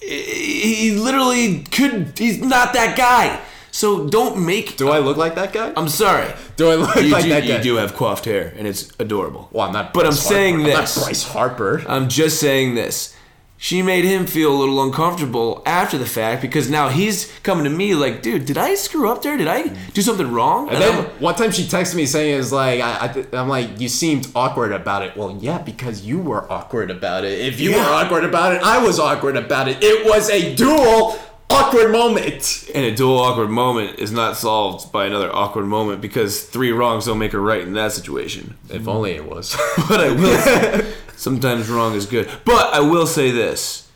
Speaker 2: He he literally could. He's not that guy. So don't make.
Speaker 1: Do I look like that guy?
Speaker 2: I'm sorry.
Speaker 1: Do I look
Speaker 2: You,
Speaker 1: like
Speaker 2: do,
Speaker 1: that guy?
Speaker 2: you do have coiffed hair, and it's adorable.
Speaker 1: Well, I'm not.
Speaker 2: But I'm
Speaker 1: Bryce Harper.
Speaker 2: saying
Speaker 1: I'm
Speaker 2: this.
Speaker 1: not Bryce Harper.
Speaker 2: I'm just saying this. She made him feel a little uncomfortable after the fact because now he's coming to me like, dude, did I screw up there? Did I do something wrong?
Speaker 1: And
Speaker 2: And
Speaker 1: then
Speaker 2: I'm-
Speaker 1: one time she texted me saying it was like I, I th- I'm like you seemed awkward about it. Well, yeah, because you were awkward about it. If you were
Speaker 2: Yeah.
Speaker 1: awkward about it, I was awkward about it. It was a dual awkward moment.
Speaker 2: And a dual awkward moment is not solved by another awkward moment because three wrongs don't make a right in that situation.
Speaker 1: If only it was.
Speaker 2: But I will say, sometimes wrong is good. But I will say this: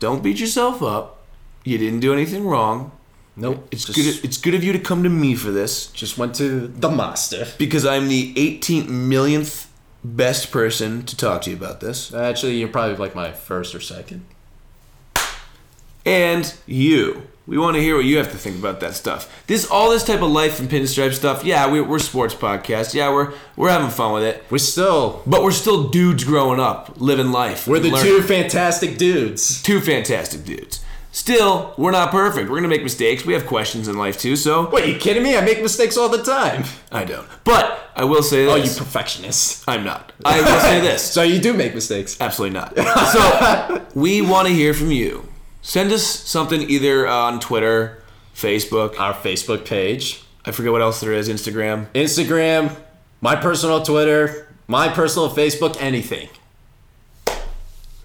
Speaker 2: don't beat yourself up. You didn't do anything wrong.
Speaker 1: nope.
Speaker 2: It's
Speaker 1: just,
Speaker 2: good. It's good of you to come to me for this
Speaker 1: Just went to the master.
Speaker 2: because I'm the 18 millionth best person to talk to you about this.
Speaker 1: Actually, you're probably like my first or second.
Speaker 2: and you. We want to hear what you have to think about that stuff. This all this type of life and pinstripe stuff. Yeah, we, we're sports podcast. Yeah, we're we're having fun with it,
Speaker 1: We're still
Speaker 2: but we're still dudes growing up, living life.
Speaker 1: we're the
Speaker 2: learning.
Speaker 1: two fantastic dudes.
Speaker 2: two fantastic dudes. Still, we're not perfect. We're gonna make mistakes. We have questions in life too. So
Speaker 1: What you kidding me? I make mistakes all the time.
Speaker 2: I don't. But I will say
Speaker 1: Oh, you
Speaker 2: this.
Speaker 1: perfectionist.
Speaker 2: I'm not. I will say this.
Speaker 1: So you do make mistakes.
Speaker 2: Absolutely not. So we want to hear from you. Send us something either on Twitter, Facebook.
Speaker 1: Our Facebook page.
Speaker 2: I forget what else there is. Instagram.
Speaker 1: Instagram, my personal Twitter, my personal Facebook, anything.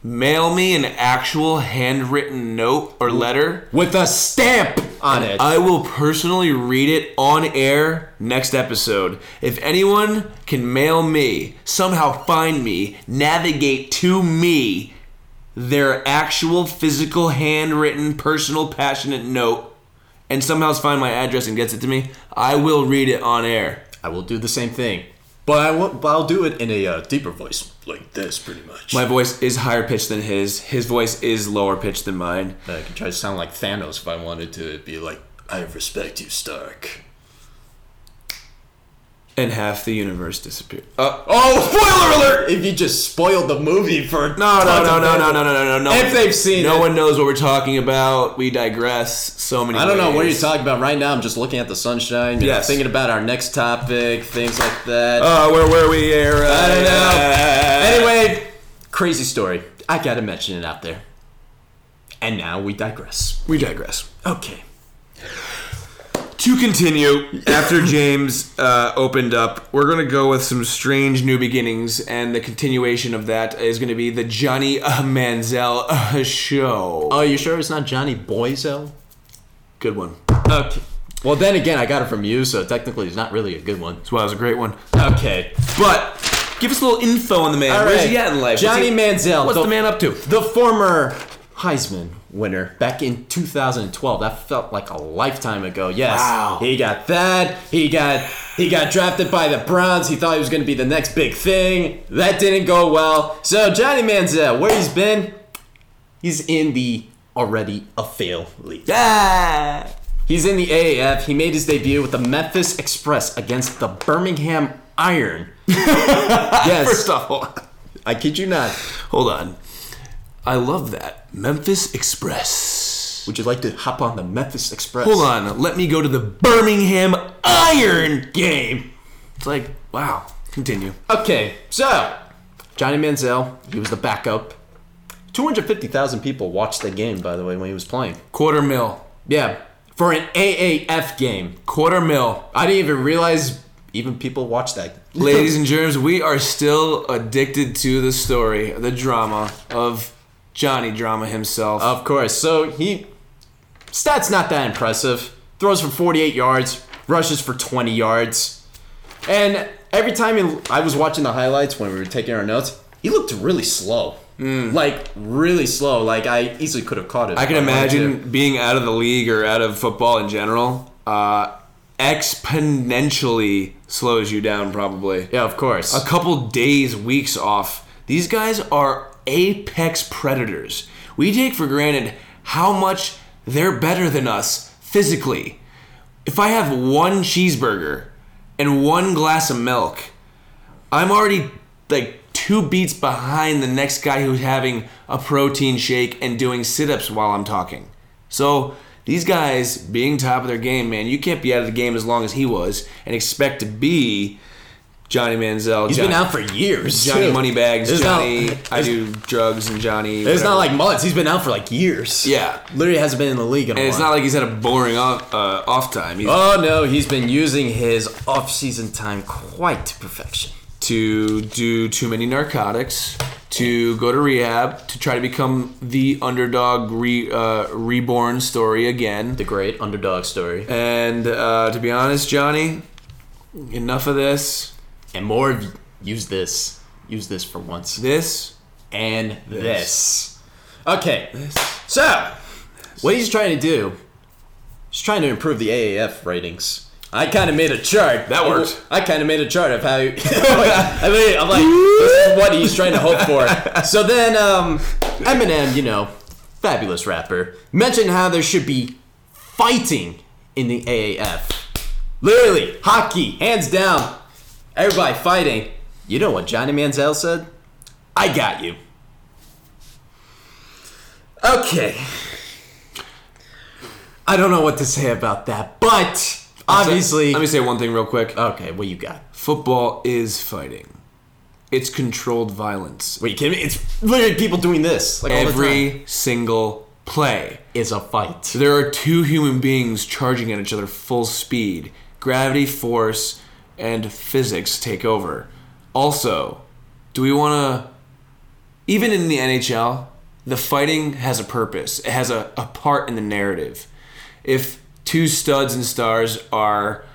Speaker 2: mail me an actual handwritten note or letter.
Speaker 1: with a stamp on it.
Speaker 2: I will personally read it on air next episode. If anyone can mail me, somehow find me, navigate to me their actual physical handwritten personal passionate note and somehow finds my address and gets it to me, I will read it on air.
Speaker 1: I will do the same thing, but I will. But I'll do it in a uh, deeper voice, like this, pretty much.
Speaker 2: My voice is higher pitched than his. His voice is lower pitched than mine.
Speaker 1: I could try to sound like Thanos if I wanted to. It'd be like, I respect you, Stark.
Speaker 2: And half the universe disappeared. Uh,
Speaker 1: Oh, spoiler alert! If you just spoiled the movie for
Speaker 2: no, no,
Speaker 1: tons
Speaker 2: no,
Speaker 1: of
Speaker 2: no, no,
Speaker 1: people.
Speaker 2: no, no, no, no.
Speaker 1: If they've seen
Speaker 2: no
Speaker 1: it.
Speaker 2: one knows what we're talking about. We digress so many.
Speaker 1: I don't know what you're
Speaker 2: ways.
Speaker 1: talking about right now. I'm just looking at the sunshine. You know,
Speaker 2: Yes.
Speaker 1: thinking about our next topic, things like that.
Speaker 2: Uh, where were we here? Uh,
Speaker 1: I don't
Speaker 2: know.
Speaker 1: anyway, crazy story. I gotta mention it out there. And now we digress.
Speaker 2: we digress.
Speaker 1: Okay.
Speaker 2: To continue, after James uh, opened up, we're gonna go with some strange new beginnings, and the continuation of that is gonna be the Johnny uh, Manziel uh, show.
Speaker 1: Oh, you sure it's not Johnny Boyzo?
Speaker 2: good one.
Speaker 1: Okay. Well, then again, I got it from you, so technically it's not really a good one.
Speaker 2: Well, that was a great one.
Speaker 1: Okay.
Speaker 2: But give us a little info on the man.
Speaker 1: All
Speaker 2: Where's
Speaker 1: right.
Speaker 2: he at in life?
Speaker 1: Johnny
Speaker 2: What's
Speaker 1: Manziel.
Speaker 2: he- What's the man up to?
Speaker 1: The former Heisman winner back in 2012. That felt like a lifetime ago. Yes.
Speaker 2: Wow.
Speaker 1: He got that. He got he got drafted by the Browns. He thought he was going to be the next big thing. That didn't go well. So Johnny Manziel, where he's been, he's in the already a fail league.
Speaker 2: Ah.
Speaker 1: He's in the AAF. He made his debut with the Memphis Express against the Birmingham Iron. yes.
Speaker 2: First of all,
Speaker 1: I kid you not.
Speaker 2: hold on. I love that Memphis Express.
Speaker 1: Would you like to hop on the Memphis Express?
Speaker 2: Hold on, let me go to the Birmingham Iron.
Speaker 1: Game.
Speaker 2: It's like wow. Continue.
Speaker 1: Okay, so Johnny Manziel, he was the backup. 250,000 people watched the game, by the way, when he was playing.
Speaker 2: Quarter mil.
Speaker 1: Yeah, for an AAF game.
Speaker 2: Quarter mil.
Speaker 1: I didn't even realize even people watched that.
Speaker 2: Ladies and germs, we are still addicted to the story, the drama of Johnny Drama himself.
Speaker 1: Of course. So he stats not that impressive. Throws for 48 yards, rushes for 20 yards. And every time he, I was watching the highlights when we were taking our notes, he looked really slow. Like really slow. Like Hmm. I easily could have caught it.
Speaker 2: I can imagine being out of the league or out of football in general uh, exponentially slows you down, probably.
Speaker 1: Yeah, of course.
Speaker 2: A couple days, weeks off. These guys are apex predators. We take for granted how much they're better than us physically. If I have one cheeseburger and one glass of milk, I'm already like two beats behind the next guy who's having a protein shake and doing sit ups while I'm talking. So these guys being top of their game, man, you can't be out of the game as long as he was and expect to be Johnny Manziel.
Speaker 1: He's
Speaker 2: Johnny,
Speaker 1: been out for years.
Speaker 2: Johnny
Speaker 1: too.
Speaker 2: Moneybags,
Speaker 1: It's not-
Speaker 2: Johnny I
Speaker 1: it's-
Speaker 2: do drugs and Johnny.
Speaker 1: It's
Speaker 2: whatever.
Speaker 1: not like months. He's been out for like years.
Speaker 2: Yeah.
Speaker 1: Literally hasn't been in the league in a
Speaker 2: And it's
Speaker 1: while.
Speaker 2: not like he's had a boring off uh, off time. He's
Speaker 1: oh no, he's been using his off-season time quite to perfection.
Speaker 2: to do too many narcotics, to go to rehab, to try to become the underdog re, uh, reborn story again.
Speaker 1: The great underdog story.
Speaker 2: And uh, to be honest, Johnny, enough of this.
Speaker 1: and more of use this use this for once
Speaker 2: This.
Speaker 1: and this okay so what he's trying to do he's trying to improve the aaf ratings i kind of made a chart
Speaker 2: That worked.
Speaker 1: i kind of made a chart of how he, i mean i'm like this is what he's trying to hope for so then um eminem you know fabulous rapper mentioned how there should be fighting in the aaf Literally, hockey, hands down. Everybody fighting. You know what Johnny Manziel said? I got you. Okay. I don't know what to say about that, but obviously.
Speaker 2: Let me say one thing real quick. Uh,
Speaker 1: okay, what you got?
Speaker 2: Football is fighting. It's controlled violence.
Speaker 1: Wait, you kidding me? It's literally people doing this. Like all the time.
Speaker 2: Every single play.
Speaker 1: is a fight.
Speaker 2: There are two human beings charging at each other full speed. Gravity, force, and physics take over. Also, do we want to even in the NHL, the fighting has a purpose. It has a, a part in the narrative. If two studs and stars are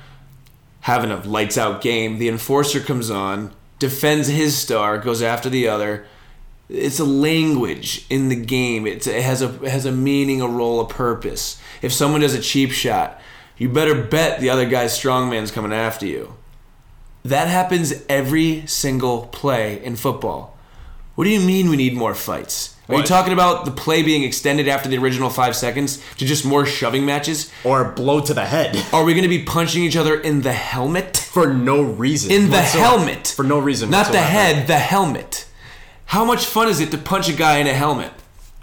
Speaker 2: having a lights out game, the enforcer comes on, defends his star, goes after the other. It's a language in the game. It's, it has a it has a meaning, a role, a purpose. If someone does a cheap shot, you better bet the other guy's strongman's coming after you. That happens every single play in football. What do you mean we need more fights? Are you
Speaker 1: What?
Speaker 2: talking about the play being extended after the original five seconds to just more shoving matches?
Speaker 1: or a blow to the head
Speaker 2: Are we going to be punching each other in the helmet?
Speaker 1: for no reason.
Speaker 2: In the
Speaker 1: whatsoever.
Speaker 2: helmet.
Speaker 1: for no reason.
Speaker 2: Not the
Speaker 1: whatsoever.
Speaker 2: head, the helmet. How much fun is it to punch a guy in a helmet?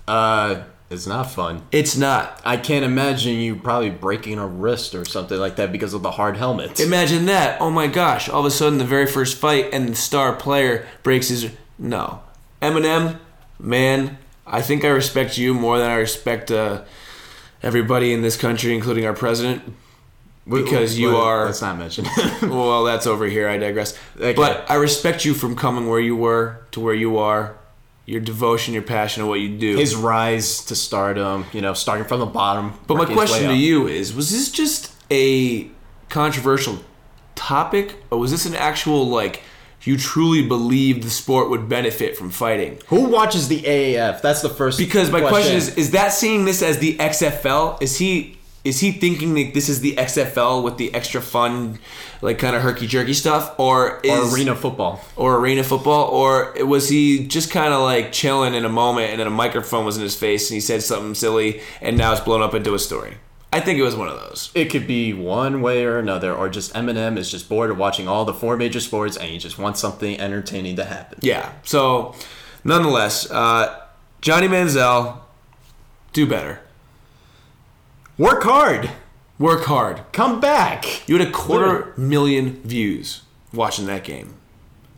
Speaker 1: Uh, it's not fun.
Speaker 2: It's not.
Speaker 1: I can't imagine you probably breaking a wrist or something like that because of the hard helmet.
Speaker 2: Imagine that. Oh my gosh. All of a sudden, the very first fight and the star player breaks his. No. Eminem, man, I think I respect you more than I respect uh, everybody in this country, including our president. because you are-
Speaker 1: Let's not mention.
Speaker 2: Well, that's over here. I digress.
Speaker 1: Okay.
Speaker 2: But I respect you from coming where you were to where you are, your devotion, your passion, and what you do.
Speaker 1: his rise to stardom. You know, starting from the bottom.
Speaker 2: But my question to you is: Was this just a controversial topic, or was this an actual like you truly believed the sport would benefit from fighting?
Speaker 1: who watches the AAF? That's the first.
Speaker 2: Because my question, is: Is that seeing this as the XFL? Is he is he thinking that this is the XFL with the extra fun, like kind of herky jerky stuff, or
Speaker 1: Or
Speaker 2: is
Speaker 1: arena football.
Speaker 2: or arena football, or was he just kind of like chilling in a moment and then a microphone was in his face and he said something silly and now it's blown up into a story? I think it was one of those.
Speaker 1: It could be one way or another, or just Eminem is just bored of watching all the four major sports and he just wants something entertaining to happen.
Speaker 2: Yeah. So, nonetheless, uh, Johnny Manziel, do better.
Speaker 1: Work hard.
Speaker 2: Work hard.
Speaker 1: Come back.
Speaker 2: You had a quarter
Speaker 1: Literally.
Speaker 2: million views watching that game.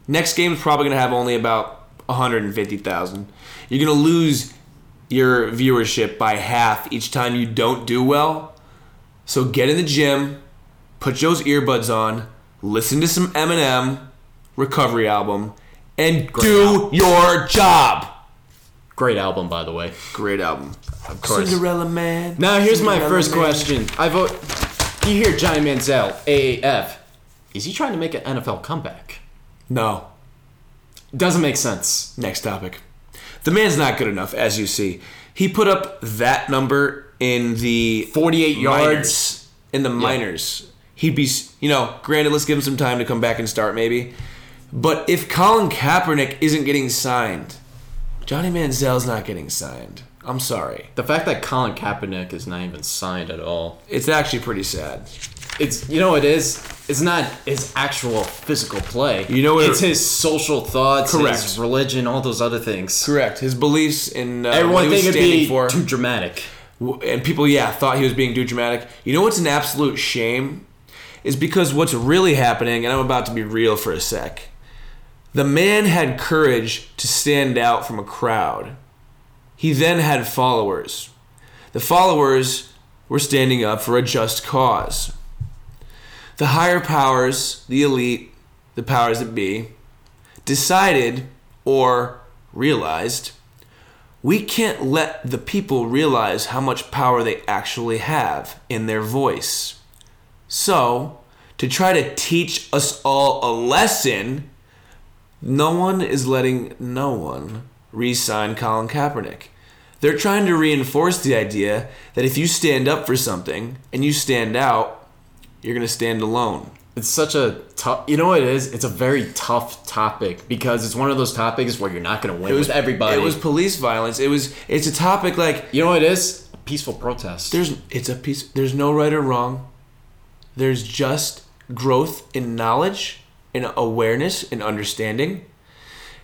Speaker 2: Next game is probably going to have only about 150,000. You're going to lose your viewership by half each time you don't do well. So get in the gym, put those earbuds on, listen to some Eminem recovery album, and do your job.
Speaker 1: Great album, by the way.
Speaker 2: Great album.
Speaker 1: Of course.
Speaker 2: Cinderella Man.
Speaker 1: Now here's my
Speaker 2: Cinderella
Speaker 1: first
Speaker 2: Man.
Speaker 1: question. I vote. You hear Johnny Manziel, AAF. Is he trying to make an NFL comeback?
Speaker 2: No.
Speaker 1: Doesn't make sense.
Speaker 2: Next topic. The man's not good enough, as you see. He put up that number in the
Speaker 1: 48 yards.
Speaker 2: yards in the minors. He'd be, s- you know, granted, let's give him some time to come back and start maybe. But if Colin Kaepernick isn't getting signed, Johnny Manziel's not getting signed. I'm sorry.
Speaker 1: The fact that Colin Kaepernick is not even signed at all.
Speaker 2: It's actually pretty sad.
Speaker 1: It's you know what it is. It's not his actual physical play.
Speaker 2: You know what-
Speaker 1: It's his social thoughts,
Speaker 2: Correct.
Speaker 1: his religion, all those other things.
Speaker 2: Correct. His beliefs in uh, what
Speaker 1: Everyone
Speaker 2: he was
Speaker 1: think it'd
Speaker 2: standing
Speaker 1: be
Speaker 2: for.
Speaker 1: too dramatic.
Speaker 2: W- and people yeah thought he was being too dramatic you know what's an absolute shame is because what's really happening and i'm about to be real for a sec the man had courage to stand out from a crowd he then had followers the followers were standing up for a just cause the higher powers the elite the powers that be decided or realized we can't let the people realize how much power they actually have in their voice. So, to try to teach us all a lesson, no one is letting no one re sign Colin Kaepernick. They're trying to reinforce the idea that if you stand up for something and you stand out, you're going to stand alone.
Speaker 1: It's such a tough. You know what it is? It's a very tough topic because it's one of those topics where you're not going to win
Speaker 2: It was
Speaker 1: with everybody.
Speaker 2: It was police violence. It was it's a topic like
Speaker 1: you know what it is? A peaceful protest.
Speaker 2: There's it's a piece. There's no right or wrong. There's just growth in knowledge, in awareness, in understanding,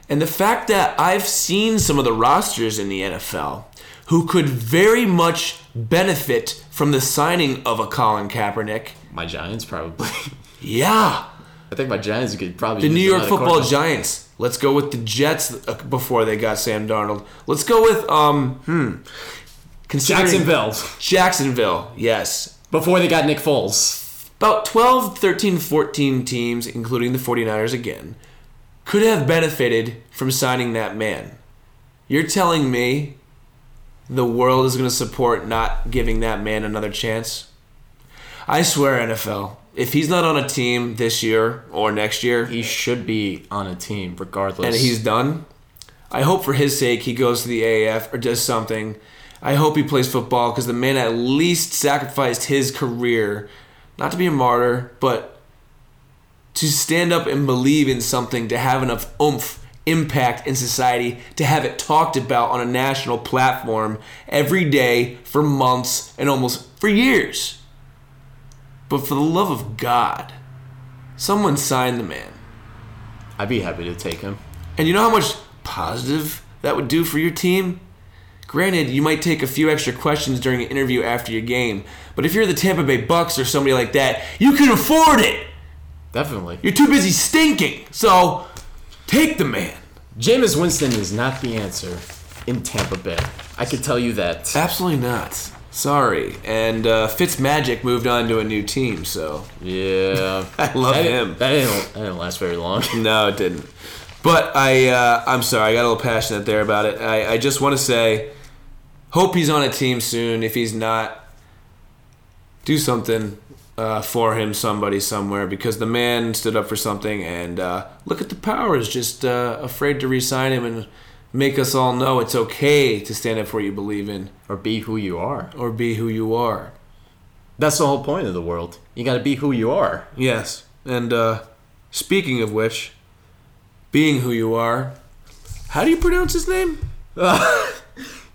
Speaker 2: and the fact that I've seen some of the rosters in the NFL who could very much benefit from the signing of a Colin Kaepernick.
Speaker 1: my Giants probably.
Speaker 2: Yeah,
Speaker 1: I think my Giants could probably
Speaker 2: the
Speaker 1: use
Speaker 2: New York
Speaker 1: another
Speaker 2: Football
Speaker 1: quarterback.
Speaker 2: Giants. Let's go with the Jets uh, before they got Sam Darnold. Let's go with um hmm. Considering-
Speaker 1: Jacksonville
Speaker 2: Jacksonville. Yes.
Speaker 1: before they got Nick Foles.
Speaker 2: about 12, 13, 14 teams, including the 49ers again, could have benefited from signing that man. You're telling me the world is going to support not giving that man another chance? I swear, NFL, if he's not on a team this year or next year
Speaker 1: He should be on a team regardless.
Speaker 2: and he's done, I hope for his sake he goes to the AAF or does something. I hope he plays football because the man at least sacrificed his career, not to be a martyr, but to stand up and believe in something, to have enough oomph, impact in society, to have it talked about on a national platform every day for months and almost for years. But for the love of God, someone sign the man.
Speaker 1: I'd be happy to take him.
Speaker 2: And you know how much positive that would do for your team? Granted, you might take a few extra questions during an interview after your game, but if you're the Tampa Bay Bucks or somebody like that, you can afford it.
Speaker 1: Definitely.
Speaker 2: You're too busy stinking. So, take the man.
Speaker 1: Jameis Winston is not the answer in Tampa Bay. I can tell you that.
Speaker 2: Absolutely not. Sorry. And uh, Fitzmagic moved on to a new team, so
Speaker 1: Yeah.
Speaker 2: I love
Speaker 1: that
Speaker 2: him.
Speaker 1: Didn't, that, didn't, that didn't last very long.
Speaker 2: No, it didn't. But I, uh, I'm sorry, I got a little passionate there about it. I, I just want to say, hope he's on a team soon. If he's not, do something uh, for him, somebody somewhere, because the man stood up for something. And uh, look at the powers, just uh, afraid to re-sign him and make us all know it's okay to stand up for what you believe in
Speaker 1: Or be who you are.
Speaker 2: or be who you are.
Speaker 1: That's the whole point of the world. You gotta be who you are.
Speaker 2: Yes. And uh, speaking of which, being who you are, how do you pronounce his name?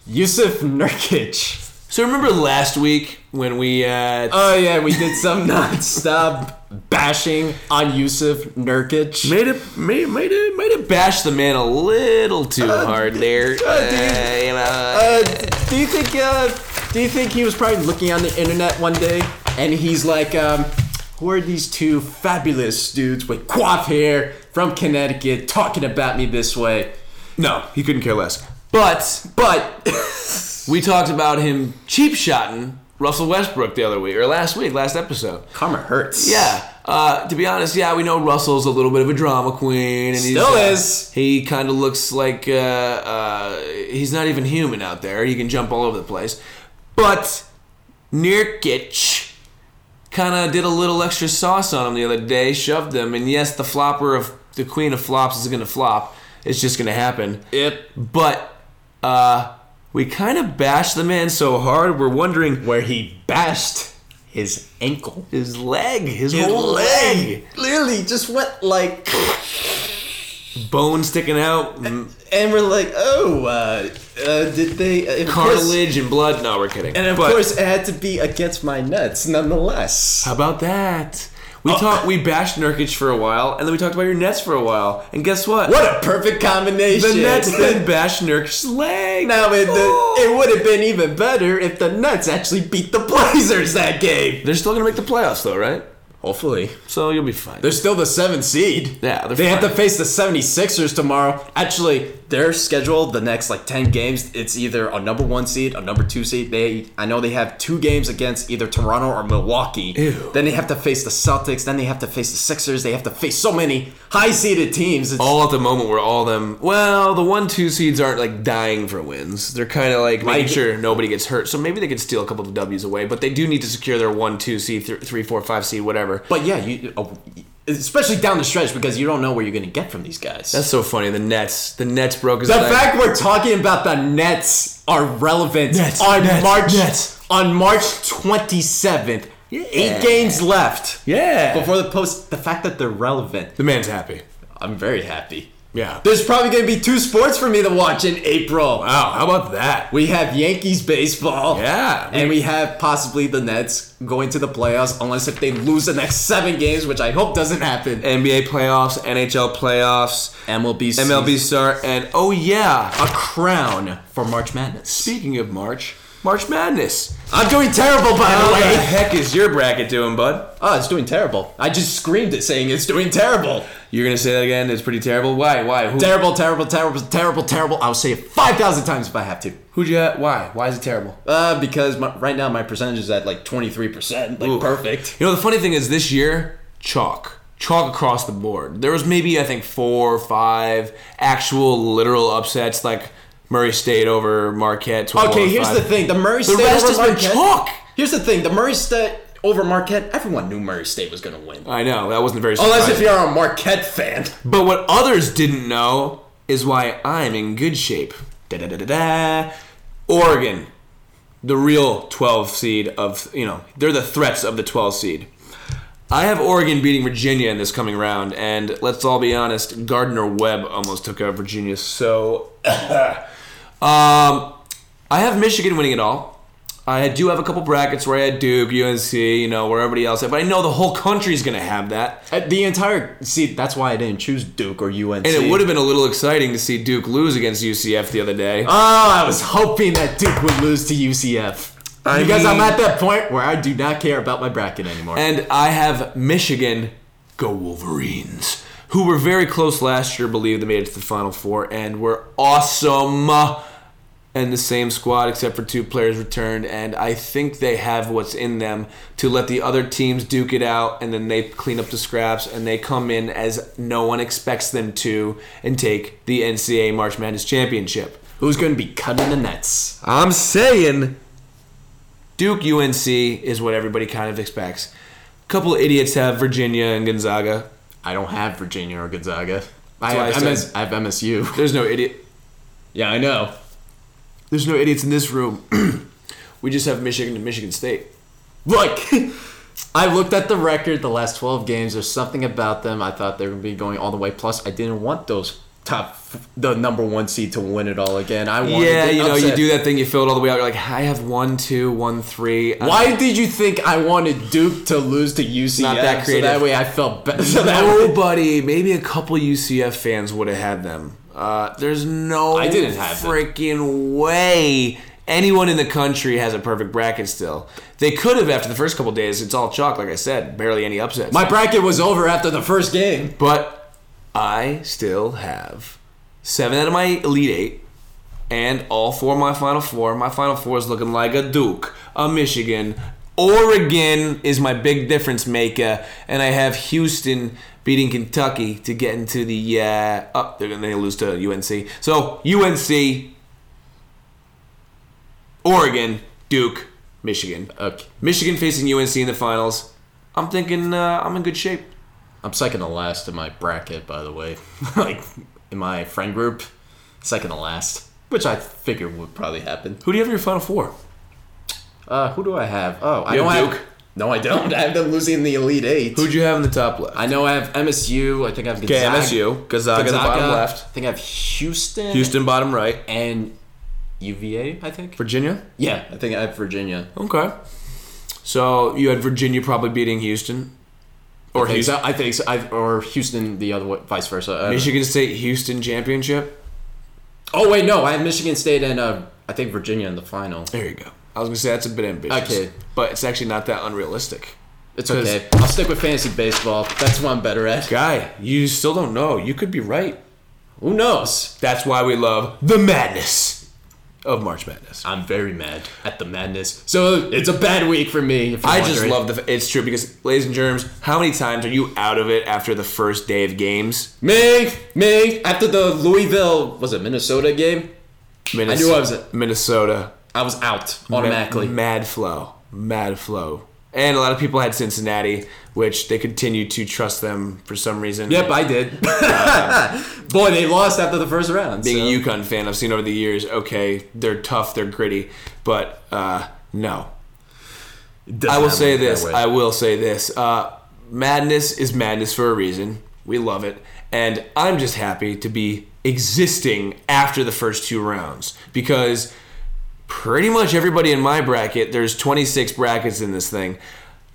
Speaker 1: Yusuf Nurkic.
Speaker 2: So remember last week when we uh,
Speaker 1: Oh yeah, we did some non-stop bashing on Yusuf Nurkic.
Speaker 2: made it made made it made it bash the man a little too hard there. Uh, you know,
Speaker 1: Uh, do you think? Uh, do you think he was probably looking on the internet one day and he's like, um, "Who are these two fabulous dudes with quaff hair from Connecticut talking about me this way?"
Speaker 2: no, he couldn't care less. But
Speaker 1: But
Speaker 2: we talked about him cheap shotting Russell Westbrook the other week or last week, last episode.
Speaker 1: karma hurts.
Speaker 2: Yeah. Uh, to be honest, yeah, we know Russell's a little bit of a drama queen, and he's,
Speaker 1: Still
Speaker 2: uh,
Speaker 1: is.
Speaker 2: He kind of looks like uh, uh, he's not even human out there. He can jump all over the place, but Nurkic kind of did a little extra sauce on him the other day, shoved him, and yes, the flopper of the queen of flops is gonna flop. It's just gonna happen.
Speaker 1: Yep.
Speaker 2: But uh, we kind of bashed the man so hard, we're wondering
Speaker 1: Where he bashed his ankle.
Speaker 2: his leg, his,
Speaker 1: His
Speaker 2: whole leg.
Speaker 1: literally just went like,
Speaker 2: bone sticking out, m-
Speaker 1: and we're like, "Oh, uh, uh, did they?" Uh, of course-
Speaker 2: cartilage, and blood. No, we're kidding.
Speaker 1: And of
Speaker 2: But
Speaker 1: course, it had to be against my nuts, nonetheless.
Speaker 2: how about that?
Speaker 1: Oh.
Speaker 2: We talked. We bashed Nurkic for a while, and then we talked about your Nets for a while. And guess what?
Speaker 1: What a perfect combination!
Speaker 2: The Nets then bashed Nurkic's leg.
Speaker 1: Now it,
Speaker 2: Oh.
Speaker 1: it would have been even better if the Nuts actually beat the Blazers that game.
Speaker 2: they're still gonna make the playoffs, though, right?
Speaker 1: Hopefully,
Speaker 2: So you'll be fine.
Speaker 1: they're still the seventh seed.
Speaker 2: Yeah, they're
Speaker 1: they have
Speaker 2: fine.
Speaker 1: to face the 76ers tomorrow. Actually, their schedule the next like 10 games, it's either a number 1 seed, a number 2 seed. They I know they have two games against either Toronto or Milwaukee.
Speaker 2: Ew.
Speaker 1: Then they have to face the Celtics, then they have to face the Sixers. They have to face so many high-seeded teams. It's,
Speaker 2: all at the moment where all them well the one two seeds aren't like dying for wins they're kind of like making
Speaker 1: Like-
Speaker 2: sure nobody gets hurt so maybe they could steal a couple of w's away but they do need to secure their one two seed th- three four five seed whatever
Speaker 1: But yeah, you oh, especially down the stretch because you don't know where you're going to get from these guys.
Speaker 2: that's so funny the nets the nets broke his
Speaker 1: the
Speaker 2: leg.
Speaker 1: fact we're talking about the Nets are relevant
Speaker 2: Nets,
Speaker 1: on
Speaker 2: Nets,
Speaker 1: March
Speaker 2: Nets.
Speaker 1: on March 27th.
Speaker 2: Yeah.
Speaker 1: Eight games left.
Speaker 2: yeah
Speaker 1: Before the post, the fact that they're relevant,
Speaker 2: The man's happy.
Speaker 1: I'm very happy.
Speaker 2: Yeah.
Speaker 1: There's probably going to be two sports for me to watch in April.
Speaker 2: Wow, how about that?
Speaker 1: We have Yankees baseball.
Speaker 2: Yeah.
Speaker 1: And we have possibly the Nets going to the playoffs, unless if they lose the next seven games, which I hope doesn't happen.
Speaker 2: NBA playoffs, NHL playoffs,
Speaker 1: MLB,
Speaker 2: MLB star, and oh yeah.
Speaker 1: a crown for March Madness.
Speaker 2: Speaking of March, March Madness.
Speaker 1: I'm doing terrible, by
Speaker 2: How
Speaker 1: the
Speaker 2: the
Speaker 1: way.
Speaker 2: heck is your bracket doing, bud?
Speaker 1: Oh, it's doing terrible. I just screamed it saying it's doing terrible.
Speaker 2: You're gonna say that again? It's pretty terrible. Why? Why? Who,
Speaker 1: Terrible, terrible, terrible, terrible, terrible. I'll say it 5,000 times if I have to.
Speaker 2: who'd you? Have? Why? Why is it terrible?
Speaker 1: Uh, because my, right now my percentage is at like 23%. Like, perfect.
Speaker 2: You know, the funny thing is this year, chalk. Chalk across the board. There was maybe, I think, four or five actual literal upsets, like Murray State over Marquette. 12
Speaker 1: Okay,
Speaker 2: over
Speaker 1: here's
Speaker 2: five.
Speaker 1: the thing: the Murray
Speaker 2: The
Speaker 1: State
Speaker 2: rest
Speaker 1: over
Speaker 2: has been
Speaker 1: Marquette.
Speaker 2: chalk.
Speaker 1: Here's the thing: the Murray State over Marquette. Everyone knew Murray State was going to win,
Speaker 2: I know that wasn't very.
Speaker 1: unless if
Speaker 2: surprising.
Speaker 1: you're a Marquette fan.
Speaker 2: But what others didn't know is why I'm in good shape. Da da da da da. Oregon, the real 12 seed of you know they're the threats of the 12 seed. I have Oregon beating Virginia in this coming round, and let's all be honest, Gardner Webb almost took out Virginia. So, um, I have Michigan winning it all. I do have a couple brackets where I had Duke, UNC, you know, where everybody else. But I know the whole country's going to have that.
Speaker 1: Uh, The entire see that's why I didn't choose Duke or UNC.
Speaker 2: And it would have been a little exciting to see Duke lose against UCF the other day.
Speaker 1: Oh, I was hoping that Duke would lose to UCF.
Speaker 2: I
Speaker 1: because I'm
Speaker 2: mean-
Speaker 1: at that point where I do not care about my bracket anymore.
Speaker 2: And I have Michigan go Wolverines, who were very close last year, believe they made it to the Final Four, and were awesome. And the same squad, except for two players returned, and I think they have what's in them to let the other teams duke it out, and then they clean up the scraps, and they come in as no one expects them to, and take the NCAA March Madness championship.
Speaker 1: Who's going to be cutting the nets?
Speaker 2: I'm saying Duke UNC is what everybody kind of expects. A couple idiots have Virginia and Gonzaga.
Speaker 1: I don't have Virginia or Gonzaga. I
Speaker 2: That's
Speaker 1: have,
Speaker 2: what I
Speaker 1: MS, I have MSU.
Speaker 2: There's no idiot.
Speaker 1: Yeah, I know.
Speaker 2: There's no idiots in this room. we just have Michigan and Michigan State.
Speaker 1: Look, I looked at the record the last 12 games. There's something about them. I thought they were going to be going all the way. Plus, I didn't want those top, the number one seed to win it all again. I wanted
Speaker 2: yeah,
Speaker 1: the
Speaker 2: you know, you
Speaker 1: upset.
Speaker 2: do that thing, you fill it all the way out. You're like, I have one, two, one, three. I'm
Speaker 1: Why did you think I wanted Duke to lose to UCF?
Speaker 2: Not that
Speaker 1: So that
Speaker 2: creative.
Speaker 1: way I felt better. So that way-
Speaker 2: Nobody, maybe a couple UCF fans would have had them. Uh, there's no
Speaker 1: I didn't have them.
Speaker 2: freaking way anyone in the country has a perfect bracket still. They could have after the first couple days. It's all chalk, like I said, barely any upsets.
Speaker 1: My bracket was over after the first game.
Speaker 2: but I still have seven out of my elite eight. And all four of my final four. My final four is looking like a Duke, a Michigan. Oregon is my big difference maker. And I have Houston beating Kentucky to get into the. Uh, oh, they're going to lose to UNC. So UNC, Oregon, Duke, Michigan. Uh,
Speaker 1: Okay.
Speaker 2: Michigan facing UNC in the finals. I'm thinking uh, I'm in good shape.
Speaker 1: I'm second to last in my bracket, by the way. like, in my friend group, second to last. Which I figure would probably happen.
Speaker 2: Who do you have in your final four?
Speaker 1: Uh, who do I have? Oh, I
Speaker 2: You
Speaker 1: don't
Speaker 2: have
Speaker 1: have
Speaker 2: Duke?
Speaker 1: No, I don't. I have them losing in the Elite Eight.
Speaker 2: Who'd you have in the top left?
Speaker 1: I know I have MSU. I think I have
Speaker 2: Okay,
Speaker 1: Gonzaga.
Speaker 2: MSU, Gonzaga, the
Speaker 1: Gonzaga.
Speaker 2: bottom
Speaker 1: I
Speaker 2: left,
Speaker 1: think I have Houston.
Speaker 2: Houston, bottom right,
Speaker 1: And UVA, I think.
Speaker 2: Virginia.
Speaker 1: Yeah, I think I have Virginia.
Speaker 2: Okay. So you had Virginia probably beating Houston, or
Speaker 1: I think
Speaker 2: Houston,
Speaker 1: so. I think so. I, or Houston the other way, vice versa. Uh, I don't know.
Speaker 2: Michigan State, Houston championship.
Speaker 1: Oh wait, no, I have Michigan State and uh, I think Virginia in the final.
Speaker 2: There you go. I was gonna say that's a bit ambitious,
Speaker 1: Okay.
Speaker 2: but it's actually not that unrealistic.
Speaker 1: It's
Speaker 2: Cause-
Speaker 1: okay. I'll stick with fantasy baseball. That's what I'm better at.
Speaker 2: Guy, you still don't know. You could be right.
Speaker 1: Who knows?
Speaker 2: That's why we love the madness of March Madness.
Speaker 1: I'm very mad at the madness. So it's a bad week for me. If you're
Speaker 2: I just
Speaker 1: wondering.
Speaker 2: love the. f- It's true because, ladies and germs, how many times are you out of it after the first day of games?
Speaker 1: me, me. After the Louisville, was it Minnesota game?
Speaker 2: Minnes-
Speaker 1: knew I was a-
Speaker 2: Minnesota.
Speaker 1: I was out automatically.
Speaker 2: Mad flow. Mad flow. And a lot of people had Cincinnati, which they continue to trust them for some reason.
Speaker 1: Yep, I did. Boy, they lost after the first round.
Speaker 2: Being
Speaker 1: so-
Speaker 2: a UConn fan, I've seen over the years, okay, they're tough, they're gritty, but uh, no.
Speaker 1: It doesn't
Speaker 2: I will
Speaker 1: happen
Speaker 2: say
Speaker 1: that
Speaker 2: this.
Speaker 1: way.
Speaker 2: I will say this. Uh, madness is madness for a reason. We love it. And I'm just happy to be existing after the first two rounds because pretty much everybody in my bracket, there's 26 brackets in this thing.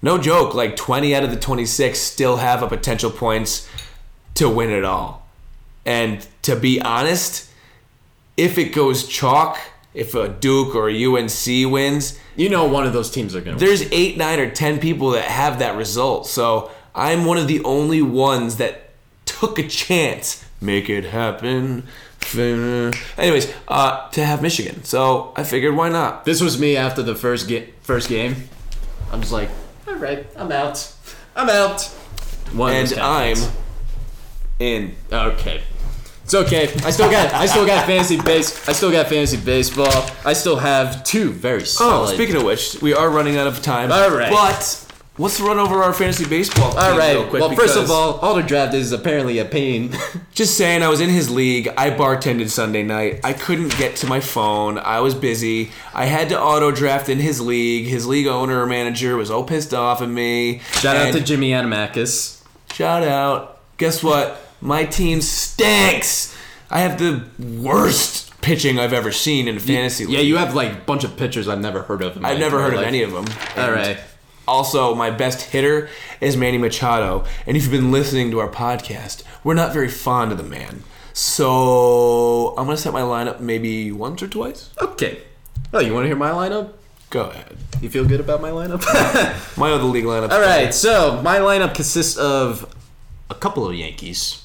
Speaker 2: No joke, like 20 out of the 26 still have a potential points to win it all. And to be honest, if it goes chalk, if a Duke or a UNC wins,
Speaker 1: you know, one of those teams are gonna.
Speaker 2: there's eight, nine, or ten people that have that result. So I'm one of the only ones that took a chance. Make it happen. Anyways, uh, to have Michigan. So I figured why not?
Speaker 1: This was me after the first ga- first game. I'm just like, all right, I'm out. I'm out. One of
Speaker 2: And
Speaker 1: those kind of
Speaker 2: I'm
Speaker 1: things.
Speaker 2: in.
Speaker 1: okay. It's okay. I still got I still got fantasy base. I still got fantasy baseball. I still have two very
Speaker 2: Oh,
Speaker 1: solid.
Speaker 2: speaking of which, we are running out of time.
Speaker 1: All right.
Speaker 2: But let's run over our fantasy baseball. Team
Speaker 1: all right.
Speaker 2: Real quick
Speaker 1: well, first of
Speaker 2: because-
Speaker 1: all, auto draft is apparently a pain.
Speaker 2: Just saying, I was in his league. I bartended Sunday night. I couldn't get to my phone. I was busy. I had to auto draft in his league. His league owner or manager was all pissed off at me.
Speaker 1: Shout out
Speaker 2: And-
Speaker 1: to Jimmy Animakis.
Speaker 2: Shout out. Guess what? My team stinks. I have the worst pitching I've ever seen in a fantasy league.
Speaker 1: Yeah, you have like a bunch of pitchers I've never heard of. In my
Speaker 2: I've never
Speaker 1: entire
Speaker 2: heard of
Speaker 1: life.
Speaker 2: any of them.
Speaker 1: All
Speaker 2: And
Speaker 1: right.
Speaker 2: Also, my best hitter is Manny Machado. And if you've been listening to our podcast, we're not very fond of the man. So I'm going to set my lineup maybe once or twice.
Speaker 1: Okay. Oh, you want to hear my lineup?
Speaker 2: Go ahead.
Speaker 1: You feel good about my lineup?
Speaker 2: My other league lineup.
Speaker 1: All right, so my lineup consists of a couple of Yankees.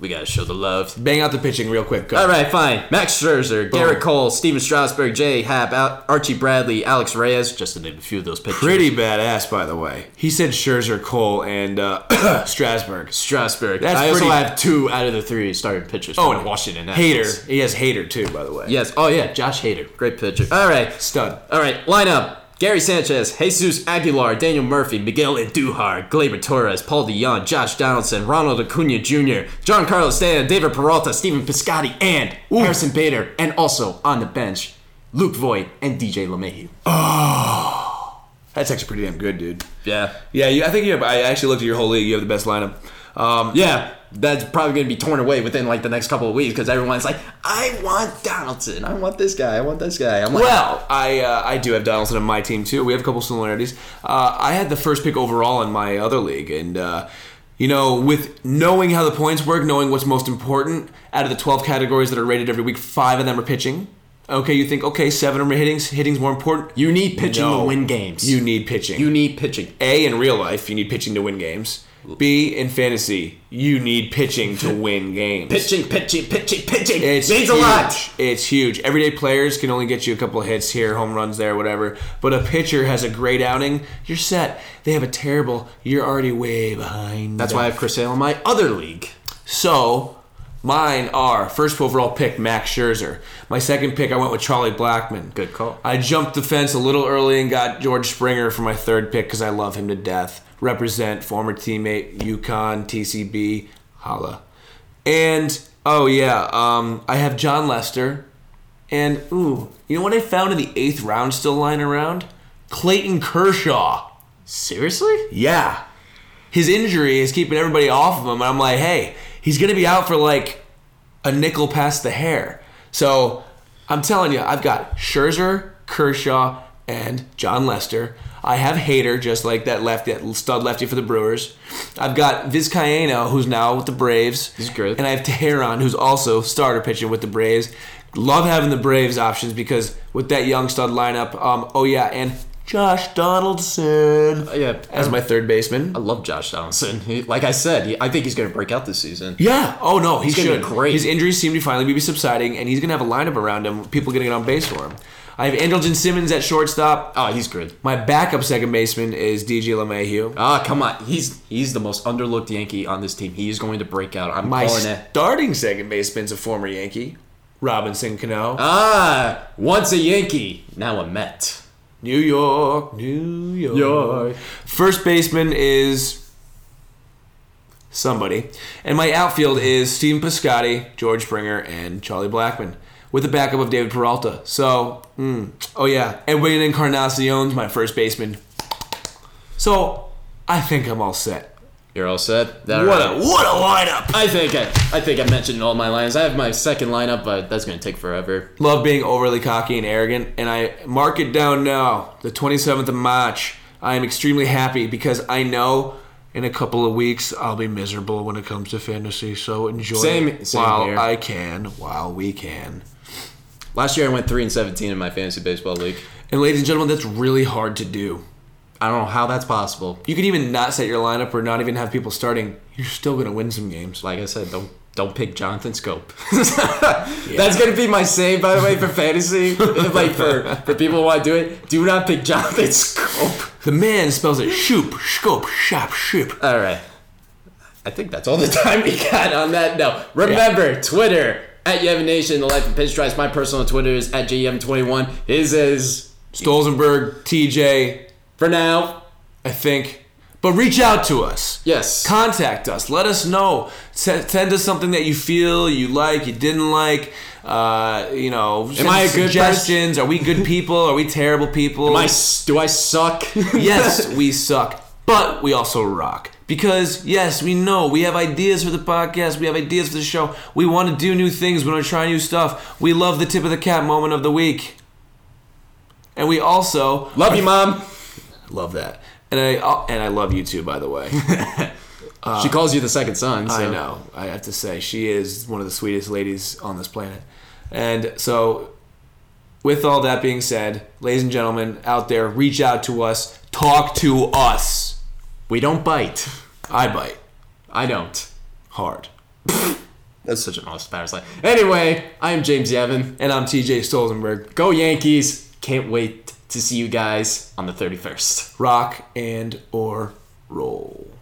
Speaker 1: We gotta show the love.
Speaker 2: Bang out the pitching real quick. Go.
Speaker 1: All right, fine. Max Scherzer, Garrett
Speaker 2: Boom.
Speaker 1: Cole, Steven Strasburg, Jay Happ, Al- Archie Bradley, Alex Reyes, just to name a few of those pitchers.
Speaker 2: Pretty badass, by the way. He said Scherzer, Cole, and uh, Strasburg.
Speaker 1: Strasburg.
Speaker 2: That's
Speaker 1: I also
Speaker 2: pretty-
Speaker 1: have two out of the three starting pitchers.
Speaker 2: Oh,
Speaker 1: from
Speaker 2: and
Speaker 1: Washington.
Speaker 2: Hater.
Speaker 1: Nationals.
Speaker 2: He has Hater too, by the way.
Speaker 1: Yes. Oh yeah, Josh Hader, great pitcher. All right,
Speaker 2: Stud.
Speaker 1: All right, lineup. Gary Sanchez, Jesus Aguilar, Daniel Murphy, Miguel Andujar, Gleyber Torres, Paul DeYoung, Josh Donaldson, Ronald Acuna Jr., John Carlos Stanton, David Peralta, Stephen Piscotty, and Harrison Bader, and also on the bench, Luke Voigt and DJ LeMahieu.
Speaker 2: That's actually pretty damn good, dude.
Speaker 1: Yeah.
Speaker 2: Yeah, you, I think you have. I actually looked at your whole league. You have the best lineup. Um,
Speaker 1: Yeah, that's probably going to be torn away within like the next couple of weeks because everyone's like, I want Donaldson. I want this guy. I want this guy. I'm like,
Speaker 2: Well, I uh, I do have Donaldson on my team too. We have a couple similarities. Uh, I had the first pick overall in my other league, and uh, you know, with knowing how the points work, knowing what's most important, out of the twelve categories that are rated every week, five of them are pitching. Okay, you think okay, seven of them are hitting. Hitting's more important.
Speaker 1: you need pitching
Speaker 2: No.
Speaker 1: to win games.
Speaker 2: You need pitching.
Speaker 1: you need pitching.
Speaker 2: A in real life, you need pitching to win games. B in fantasy, you need pitching to win games.
Speaker 1: Pitching, pitching, pitching, pitching.
Speaker 2: It's
Speaker 1: means
Speaker 2: huge.
Speaker 1: a lot.
Speaker 2: It's huge. Everyday players can only get you a couple of hits here, home runs there, whatever. But a pitcher has a great outing, you're set. They have a terrible, you're already way behind.
Speaker 1: That's why I have Chris Sale in my other league.
Speaker 2: So, mine are first overall pick Max Scherzer. My second pick, I went with Charlie Blackman.
Speaker 1: Good call.
Speaker 2: I jumped the fence a little early and got George Springer for my third pick because I love him to death. Represent former teammate UConn, TCB, holla. And oh yeah, um, I have John Lester. And ooh, you know what I found in the eighth round still lying around? Clayton Kershaw.
Speaker 1: Seriously?
Speaker 2: Yeah. His injury is keeping everybody off of him. And I'm like, hey, he's going to be out for like a nickel past the hair. So I'm telling you, I've got Scherzer, Kershaw, and John Lester. I have Hayter, just like that lefty, that stud lefty for the Brewers. I've got Vizcaino, who's now with the Braves.
Speaker 1: He's good.
Speaker 2: And I have Tehran, who's also starter pitching with the Braves. Love having the Braves options because with that young stud lineup, um, oh yeah, and Josh Donaldson
Speaker 1: Oh, Yeah.
Speaker 2: as my third baseman.
Speaker 1: I love Josh Donaldson. He, like I said, he, I think he's going to break out this season.
Speaker 2: Yeah. Oh no, he
Speaker 1: He's gonna
Speaker 2: should.
Speaker 1: be great.
Speaker 2: His injuries seem to finally be subsiding, and he's gonna have a lineup around him. People gonna get on base for him. I have Andrelton Simmons at shortstop.
Speaker 1: Oh, he's good.
Speaker 2: My backup second baseman is DJ LeMahieu. Uh,
Speaker 1: Ah, come on. He's he's the most underlooked Yankee on this team. He is going to break out. I'm
Speaker 2: My
Speaker 1: calling it.
Speaker 2: starting second baseman's a former Yankee, Robinson Cano.
Speaker 1: Ah, once a Yankee, now a Met.
Speaker 2: New York, New York.
Speaker 1: York.
Speaker 2: First baseman is somebody. And my outfield is Steven Piscotty, George Springer, and Charlie Blackman with the backup of David Peralta. So, mm, oh yeah. And Wayne Encarnacion's my first baseman. So, I think I'm all set.
Speaker 1: You're all set. That
Speaker 2: What
Speaker 1: right.
Speaker 2: a, what a lineup!
Speaker 1: I think I, I think I mentioned all my lines. I have my second lineup, but that's going to take forever.
Speaker 2: love being overly cocky and arrogant, and I mark it down now, the 27th of March. I am extremely happy because I know in a couple of weeks I'll be miserable when it comes to fantasy. So enjoy
Speaker 1: Same-
Speaker 2: it
Speaker 1: same
Speaker 2: while
Speaker 1: here.
Speaker 2: I can, while we can.
Speaker 1: Last year I went 3 and 17 in my fantasy baseball league.
Speaker 2: And ladies and gentlemen, that's really hard to do.
Speaker 1: I don't know how that's possible.
Speaker 2: You can even not set your lineup or not even have people starting. You're still gonna win some games.
Speaker 1: like I said, don't don't pick Jonathan Scope. That's gonna be my save, by the way, for fantasy. like for for people who want to do it, do not pick Jonathan Scope.
Speaker 2: The man spells it shoop, scope, shop, ship.
Speaker 1: All right, I think that's all the time we got on that. No, remember Twitter at Yevan Nation, the life of pinch drives. My personal Twitter is at GM21. His is
Speaker 2: Stolzenberg, TJ,
Speaker 1: for now.
Speaker 2: I think. But reach out to us.
Speaker 1: Yes,
Speaker 2: Contact us. Let us know. S- send us something that you feel you like, you didn't like. Uh, you know, send
Speaker 1: I
Speaker 2: us
Speaker 1: a good
Speaker 2: suggestions? Are we good people? Are we terrible people?
Speaker 1: my s- do I suck?
Speaker 2: yes, we suck, but we also rock. Because, yes, we know we have ideas for the podcast, we have ideas for the show, we want to do new things, we want to try new stuff. We love the tip of the cap moment of the week. And we also
Speaker 1: love you, mom.
Speaker 2: love that. And I uh, and I love you too, by the way.
Speaker 1: she calls you the second son. So.
Speaker 2: I know. I have to say, she is one of the sweetest ladies on this planet. And so, with all that being said, ladies and gentlemen out there, reach out to us, talk to us.
Speaker 1: We don't bite.
Speaker 2: I bite
Speaker 1: I don't.
Speaker 2: hard.
Speaker 1: That's such an awesome power slide. Anyway, I am James Yevon.
Speaker 2: And I'm TJ Stolzenberg.
Speaker 1: Go Yankees. Can't wait to see you guys on the 31st.
Speaker 2: Rock and or roll.